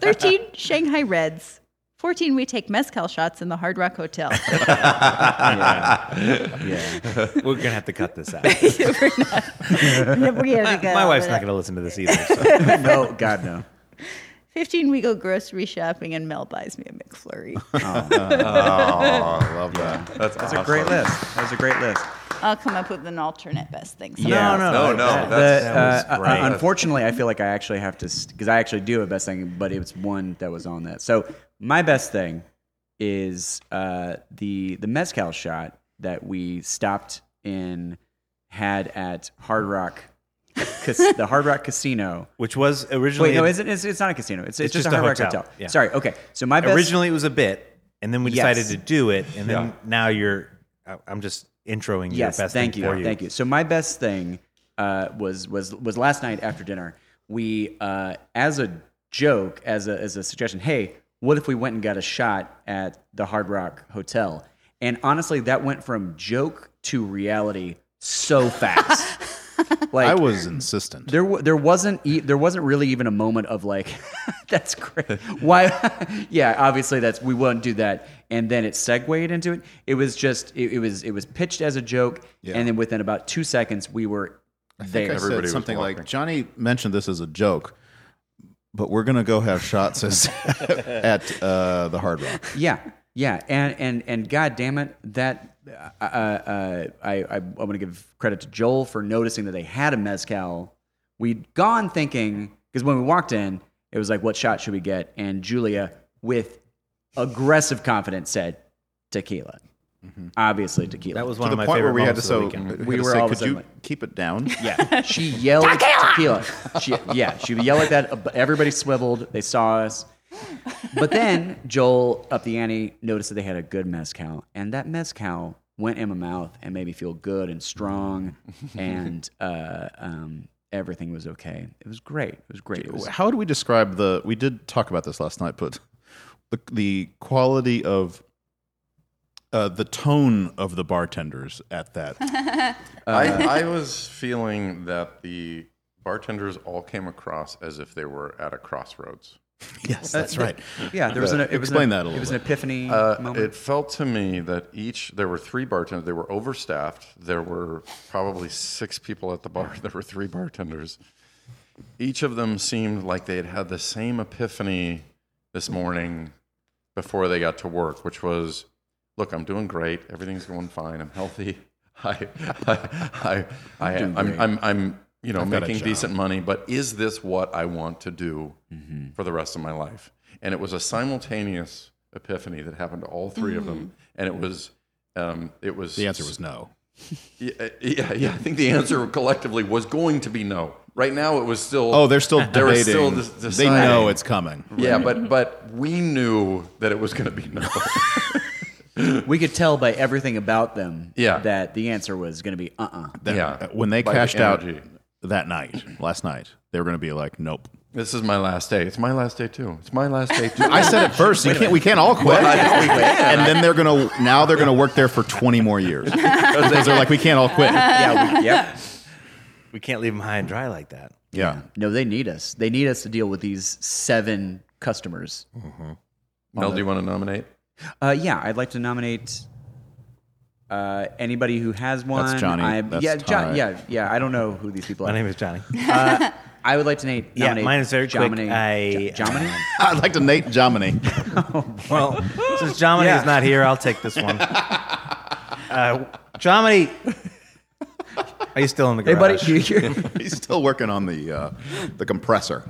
Speaker 4: 13, Shanghai Reds. 14, we take Mezcal shots in the Hard Rock Hotel.
Speaker 5: [laughs]
Speaker 4: [laughs]
Speaker 5: We're gonna have to cut
Speaker 4: [laughs]
Speaker 5: this out.
Speaker 4: We're not- we had to go
Speaker 5: My wife's
Speaker 4: over that.
Speaker 5: not gonna listen
Speaker 4: [laughs]
Speaker 5: to this either. So.
Speaker 3: [laughs] No, God, no.
Speaker 4: 15, we go grocery shopping and Mel buys me a
Speaker 5: [laughs]
Speaker 4: McFlurry.
Speaker 1: I love that. That's,
Speaker 3: That's a great list. That was a great list.
Speaker 4: I'll come up with an alternate best thing. sometime.
Speaker 5: No,
Speaker 3: Yeah.
Speaker 5: no,
Speaker 1: No,
Speaker 5: like
Speaker 1: no,
Speaker 5: That,
Speaker 1: that's-
Speaker 5: that
Speaker 3: Uh,
Speaker 5: was great.
Speaker 3: uh, unfortunately, I feel like I actually have to because I actually do a best thing, but it's one that was on that. So my best thing is uh, the the mezcal shot that we stopped in had at Hard Rock, cas- [laughs] the Hard Rock Casino.
Speaker 5: Which was originally
Speaker 3: Wait, no,
Speaker 5: a-
Speaker 3: isn't it's, it's not a casino. It's, it's,
Speaker 5: It's
Speaker 3: just,
Speaker 5: just
Speaker 3: a
Speaker 5: a
Speaker 3: Hard Rock
Speaker 5: hotel.
Speaker 3: hotel.
Speaker 5: Yeah.
Speaker 3: Sorry. Okay. So my best
Speaker 5: originally it was a bit, and then we
Speaker 3: Yes.
Speaker 5: decided to do it, and then
Speaker 1: Yeah.
Speaker 5: now you're. I- I'm just introing
Speaker 3: yes,
Speaker 5: your best
Speaker 3: thank
Speaker 5: thing
Speaker 3: you,
Speaker 5: for you.
Speaker 3: thank you. So my best thing uh, was was was last night after dinner. We, uh, as a joke, as a as a suggestion, hey, what if we went and got a shot at the Hard Rock Hotel? And honestly, that went from joke to reality so
Speaker 5: [laughs]
Speaker 3: fast. like
Speaker 2: I was insistent.
Speaker 3: there, wa- there wasn't e- there wasn't really even a moment of like, [laughs] that's
Speaker 2: [laughs]
Speaker 3: great. Why? [laughs] yeah, obviously that's we won't do that. And then it segued into it. It was just it, it was it was pitched as a joke, and then within about two seconds we were
Speaker 2: I think
Speaker 3: there.
Speaker 2: I
Speaker 1: Everybody
Speaker 2: said
Speaker 1: was
Speaker 2: something like
Speaker 1: walking.
Speaker 2: Johnny mentioned this as a joke, but we're gonna go have shots as, [laughs] at uh, the Hard Rock.
Speaker 3: yeah, yeah. And and and God damn it, that uh, uh, I I, I want to give credit to Joel for noticing that they had a mezcal. We'd gone thinking because when we walked in, it was like, what shot should we get? And Julia, with aggressive confidence, said tequila. Obviously, tequila.
Speaker 5: Mm-hmm. That was
Speaker 2: to
Speaker 5: one
Speaker 2: the
Speaker 5: of my
Speaker 2: point
Speaker 5: favorite
Speaker 2: where we had to
Speaker 5: moments
Speaker 2: so
Speaker 5: of the weekend.
Speaker 3: We
Speaker 2: we were
Speaker 3: were
Speaker 2: say,
Speaker 3: all of a
Speaker 2: could you
Speaker 3: sudden
Speaker 2: keep it down?
Speaker 3: Yeah, she yelled tequila. She, yeah, she would yell at that. Everybody swiveled. They saw us. But then Joel up the ante noticed that they had a good mezcal, and that mezcal went in my mouth and made me feel good and strong, and uh, um, everything was okay. It was great. It was great. It was,
Speaker 2: How would we describe the? We did talk about this last night, but the the quality of. Uh, the tone of the bartenders at that.
Speaker 1: I, I was feeling that the bartenders all came across as if they were at a crossroads.
Speaker 2: [laughs] yes, that's right.
Speaker 3: yeah, there was an it was an-
Speaker 2: Explain that a
Speaker 3: It
Speaker 2: little
Speaker 3: was an
Speaker 2: bit.
Speaker 3: epiphany
Speaker 1: Uh,
Speaker 3: moment.
Speaker 1: it felt to me that each there were three bartenders. They were overstaffed. There were probably six people at the bar. [laughs] There were three bartenders. Each of them seemed like they had had the same epiphany this morning before they got to work, which was, "Look, I'm doing great. Everything's going fine. I'm healthy. [laughs] I, I, I, I I'm, I'm, I'm, you know,
Speaker 2: got a
Speaker 1: making
Speaker 2: job.
Speaker 1: decent money. But is this what I want to do
Speaker 2: Mm-hmm.
Speaker 1: for the rest of my life?" And it was a simultaneous epiphany that happened to all 3 of them, and it was. Um, it was
Speaker 2: Mm-hmm. The answer was no.
Speaker 1: yeah, yeah, yeah. I think the answer collectively was going to be no. Right now, it was still
Speaker 2: Oh, they're still debating.
Speaker 1: They were still de-
Speaker 2: they know
Speaker 1: deciding.
Speaker 2: it's coming.
Speaker 1: yeah, but but we knew that it was going to be no.
Speaker 3: we could tell by everything about them
Speaker 1: Yeah.
Speaker 3: that the answer was going to be uh uh
Speaker 2: [laughs] That-
Speaker 1: Yeah.
Speaker 2: When they
Speaker 1: By the
Speaker 2: cashed out
Speaker 1: energy.
Speaker 2: that night, last night, they were going to be like, nope.
Speaker 1: this is my last day. It's my last day too. It's my last day [laughs] too.
Speaker 2: I said it first. You can't, we can't all quit. [laughs] and then they're going to, now they're going to work there for 20 more years. Because they're like, we can't all
Speaker 3: [laughs]
Speaker 2: quit.
Speaker 3: Yeah, we, yep.
Speaker 5: We can't leave them high and dry like that.
Speaker 2: Yeah.
Speaker 3: No, they need us. They need us to deal with these seven customers.
Speaker 1: Mel, do you want to nominate?
Speaker 3: Uh, yeah, I'd like to nominate uh, anybody who has one.
Speaker 2: Johnny.
Speaker 3: I,
Speaker 2: That's
Speaker 3: yeah,
Speaker 2: Ty.
Speaker 3: yeah, yeah. I don't know who these people
Speaker 5: [laughs] My
Speaker 3: are.
Speaker 5: name is Johnny.
Speaker 3: I would like to name.
Speaker 5: Yeah,
Speaker 3: nominate
Speaker 5: mine is very quick.
Speaker 3: Jomini-
Speaker 5: I-
Speaker 3: Jo- Jomini?
Speaker 2: I'd like to Nate Jomini. [laughs]
Speaker 5: Well, since Jomini
Speaker 3: Yeah.
Speaker 5: is not here, I'll take this
Speaker 2: [laughs]
Speaker 5: one. Uh, Jomini, are you still in the
Speaker 3: Hey, buddy,
Speaker 5: garage?
Speaker 3: you, you,
Speaker 2: He's still working on the uh, the compressor.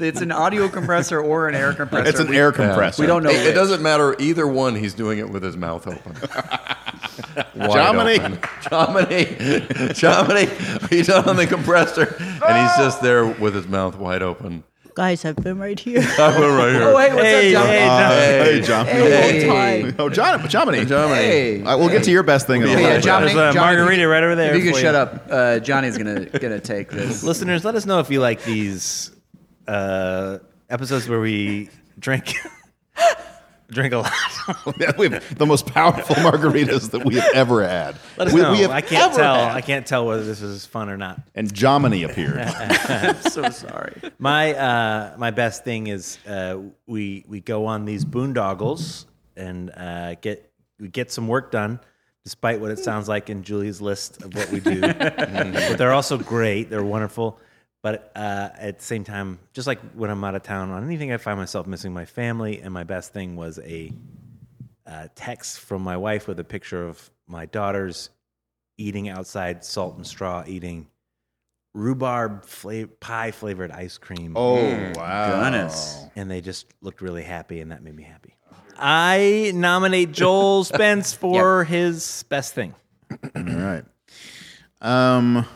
Speaker 3: it's an audio compressor or an [laughs] air compressor.
Speaker 2: It's an
Speaker 3: We-
Speaker 2: air compressor.
Speaker 3: We don't know.
Speaker 1: It, it
Speaker 3: which.
Speaker 1: doesn't matter either one. He's doing it with his mouth [laughs] open.
Speaker 2: Jomini.
Speaker 1: Jomini, Jomini, are you done on the compressor? And he's just there with his mouth wide open.
Speaker 4: Guys, I've been right here.
Speaker 1: I went right here.
Speaker 3: Oh, hey, what's
Speaker 5: Hey,
Speaker 3: up, Jomini?
Speaker 5: hey,
Speaker 2: Uh,
Speaker 1: Hey.
Speaker 2: hey, Jomini.
Speaker 3: Hey.
Speaker 2: Oh, John, Jomini.
Speaker 1: Jomini.
Speaker 3: Hey.
Speaker 2: All right, we'll get to your best thing in a
Speaker 1: Yeah,
Speaker 2: little
Speaker 3: yeah,
Speaker 2: bit.
Speaker 3: Jomini.
Speaker 5: There's a
Speaker 3: Jomini,
Speaker 5: margarita right over there
Speaker 3: If you can
Speaker 5: for you.
Speaker 3: shut up, uh, Johnny's gonna gonna take this.
Speaker 5: Listeners, let us know if you like these uh, episodes where we drink [laughs] drink a lot. [laughs]
Speaker 2: [laughs] Yeah, we have the most powerful [laughs] margaritas that we have ever had.
Speaker 5: Let us
Speaker 2: we,
Speaker 5: know.
Speaker 2: we have
Speaker 5: I can't
Speaker 2: ever
Speaker 5: tell.
Speaker 2: had.
Speaker 5: I can't tell whether this is fun or not.
Speaker 2: And Jomini
Speaker 3: [laughs]
Speaker 2: appeared.
Speaker 3: I'm so sorry.
Speaker 5: My uh, my best thing is uh, we we go on these boondoggles and uh, get we get some work done, despite what it sounds like in Julie's list of what we do. but they're also great. They're wonderful. But uh, at the same time, just like when I'm out of town on anything, I find myself missing my family. And my best thing was a uh, text from my wife with a picture of my daughters eating outside, salt and straw eating rhubarb fla- pie flavored ice cream.
Speaker 2: oh, wow.
Speaker 3: Goodness.
Speaker 5: And they just looked really happy, and that made me happy. I nominate Joel Spence for his best thing.
Speaker 2: All right. Um,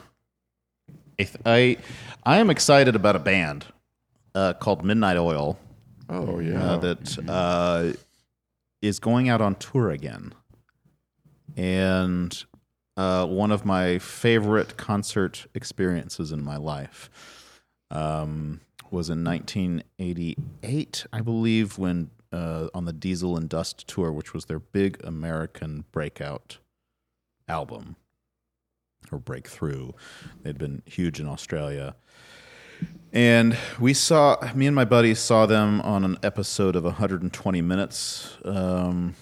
Speaker 2: I, I I am excited about a band uh, called Midnight Oil
Speaker 1: Oh, yeah.
Speaker 2: uh, that uh, is going out on tour again, and uh, one of my favorite concert experiences in my life um, was in 1988, I believe, when uh, on the Diesel and Dust tour, which was their big American breakout album or breakthrough. They'd been huge in Australia. And we saw, me and my buddy saw them on an episode of 120 Minutes um,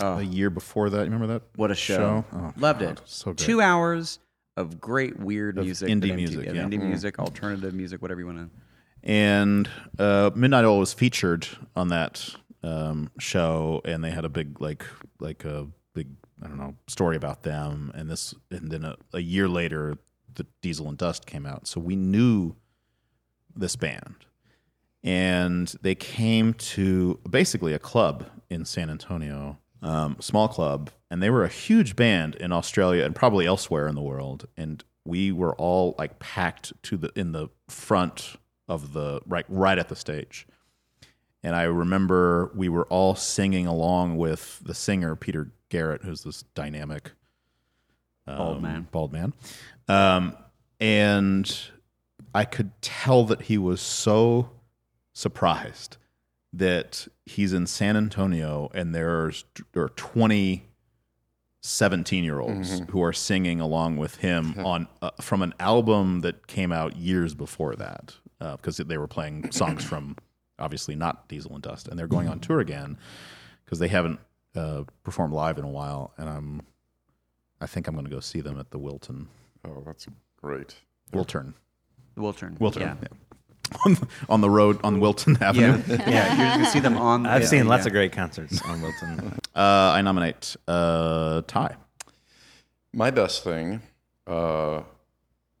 Speaker 2: a year before that. You remember that?
Speaker 3: Oh. What a show!
Speaker 2: Oh,
Speaker 3: Loved
Speaker 2: God,
Speaker 3: it.
Speaker 2: So good.
Speaker 3: Two hours of great weird music, Mm.
Speaker 2: indie
Speaker 3: that MTV
Speaker 2: music,
Speaker 3: of
Speaker 2: yeah.
Speaker 3: indie music, alternative music, whatever you want to.
Speaker 2: and uh, Midnight Oil was featured on that um, show, and they had a big like like a big I don't know story about them, and this, and then a, a year later, the Diesel and Dust came out, so we knew this band, and they came to basically a club in San Antonio, um, small club, and they were a huge band in Australia and probably elsewhere in the world, and we were all like packed to the in the front of the right right at the stage. And I remember we were all singing along with the singer Peter Garrett, who's this dynamic
Speaker 3: Bald
Speaker 2: um,
Speaker 3: man.
Speaker 2: bald man, um, and I could tell that he was so surprised that he's in San Antonio and there's there are 20 17 year olds
Speaker 1: Mm-hmm.
Speaker 2: who are singing along with him on uh, from an album that came out years before that because they
Speaker 1: [coughs]
Speaker 2: were playing songs from obviously not Diesel and Dust and they're going
Speaker 1: Mm-hmm.
Speaker 2: on tour again because they haven't uh, performed live in a while and I'm I think I'm going to go see them at the Wilton
Speaker 1: Oh, that's great.
Speaker 2: Wiltern
Speaker 3: The Wiltern.
Speaker 2: Wiltern
Speaker 3: Yeah.
Speaker 2: yeah. [laughs] on, the, on the road on Wilton Avenue
Speaker 3: [laughs] yeah, you can see them on.
Speaker 5: I've
Speaker 3: yeah,
Speaker 5: seen lots
Speaker 3: yeah.
Speaker 5: of great concerts on [laughs] Wilton.
Speaker 2: uh, I nominate uh, Ty
Speaker 1: My best thing, uh,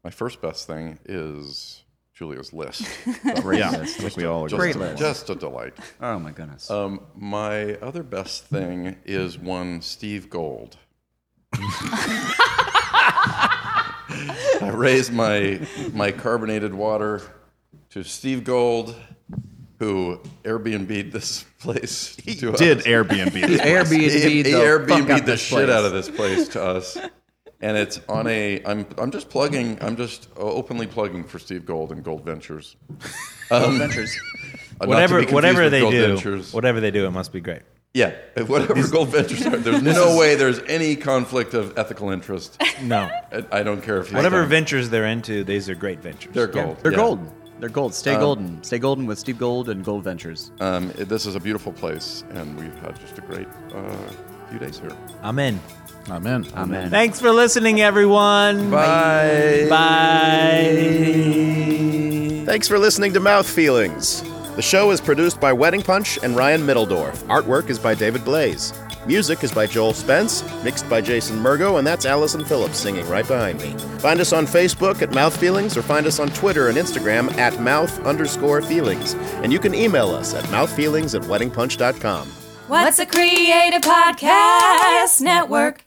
Speaker 1: my first best thing is Julia's list.
Speaker 3: Great
Speaker 2: yeah
Speaker 3: list.
Speaker 2: I think we all agree
Speaker 1: Just,
Speaker 3: [laughs] Great list.
Speaker 1: just a delight.
Speaker 3: Oh my goodness.
Speaker 1: Um, my other best thing is one Steve Gold. I raised my my carbonated water to Steve Gold, who Airbnb'd this place. He to
Speaker 2: did
Speaker 1: us.
Speaker 3: [laughs]
Speaker 2: Airbnb this place.
Speaker 3: Airbnb
Speaker 1: He-
Speaker 3: the
Speaker 1: he Airbnb'd
Speaker 3: fuck up
Speaker 1: the
Speaker 3: this
Speaker 1: shit
Speaker 3: place.
Speaker 1: out of this place to us. And it's on a. I'm I'm just plugging. I'm just openly plugging for Steve Gold and Gold Ventures.
Speaker 3: [laughs] Ventures.
Speaker 1: Uh, not to
Speaker 5: whatever
Speaker 1: be confused
Speaker 5: whatever
Speaker 1: with
Speaker 5: they
Speaker 1: Gold
Speaker 5: do,
Speaker 1: Ventures.
Speaker 5: whatever they do, it must be great.
Speaker 1: Yeah, if whatever gold ventures are, there's no way there's any conflict of ethical interest.
Speaker 5: [laughs] No,
Speaker 1: I I don't care if he's
Speaker 5: whatever
Speaker 1: done.
Speaker 5: ventures they're into, these are great ventures.
Speaker 1: they're gold.
Speaker 3: They're
Speaker 1: yeah.
Speaker 3: golden. They're gold. Stay golden. Stay golden with Steve Gold and Gold Ventures.
Speaker 1: Um, it- this is a beautiful place, and we've had just a great uh, few days here.
Speaker 5: Amen.
Speaker 7: Amen.
Speaker 3: Amen.
Speaker 5: Thanks for listening, everyone.
Speaker 1: Bye.
Speaker 5: Bye.
Speaker 2: Thanks for listening to Mouth Feelings. The show is produced by Wedding Punch and Ryan Middledorf. Artwork is by David Blaze. Music is by Joel Spence, mixed by Jason Murgo, and that's Allison Phillips singing right behind me. Find us on Facebook at Mouth Feelings or find us on Twitter and Instagram at mouth underscore feelings. And you can email us at mouthfeelings at weddingpunch.com.
Speaker 8: What's a Creative Podcast Network?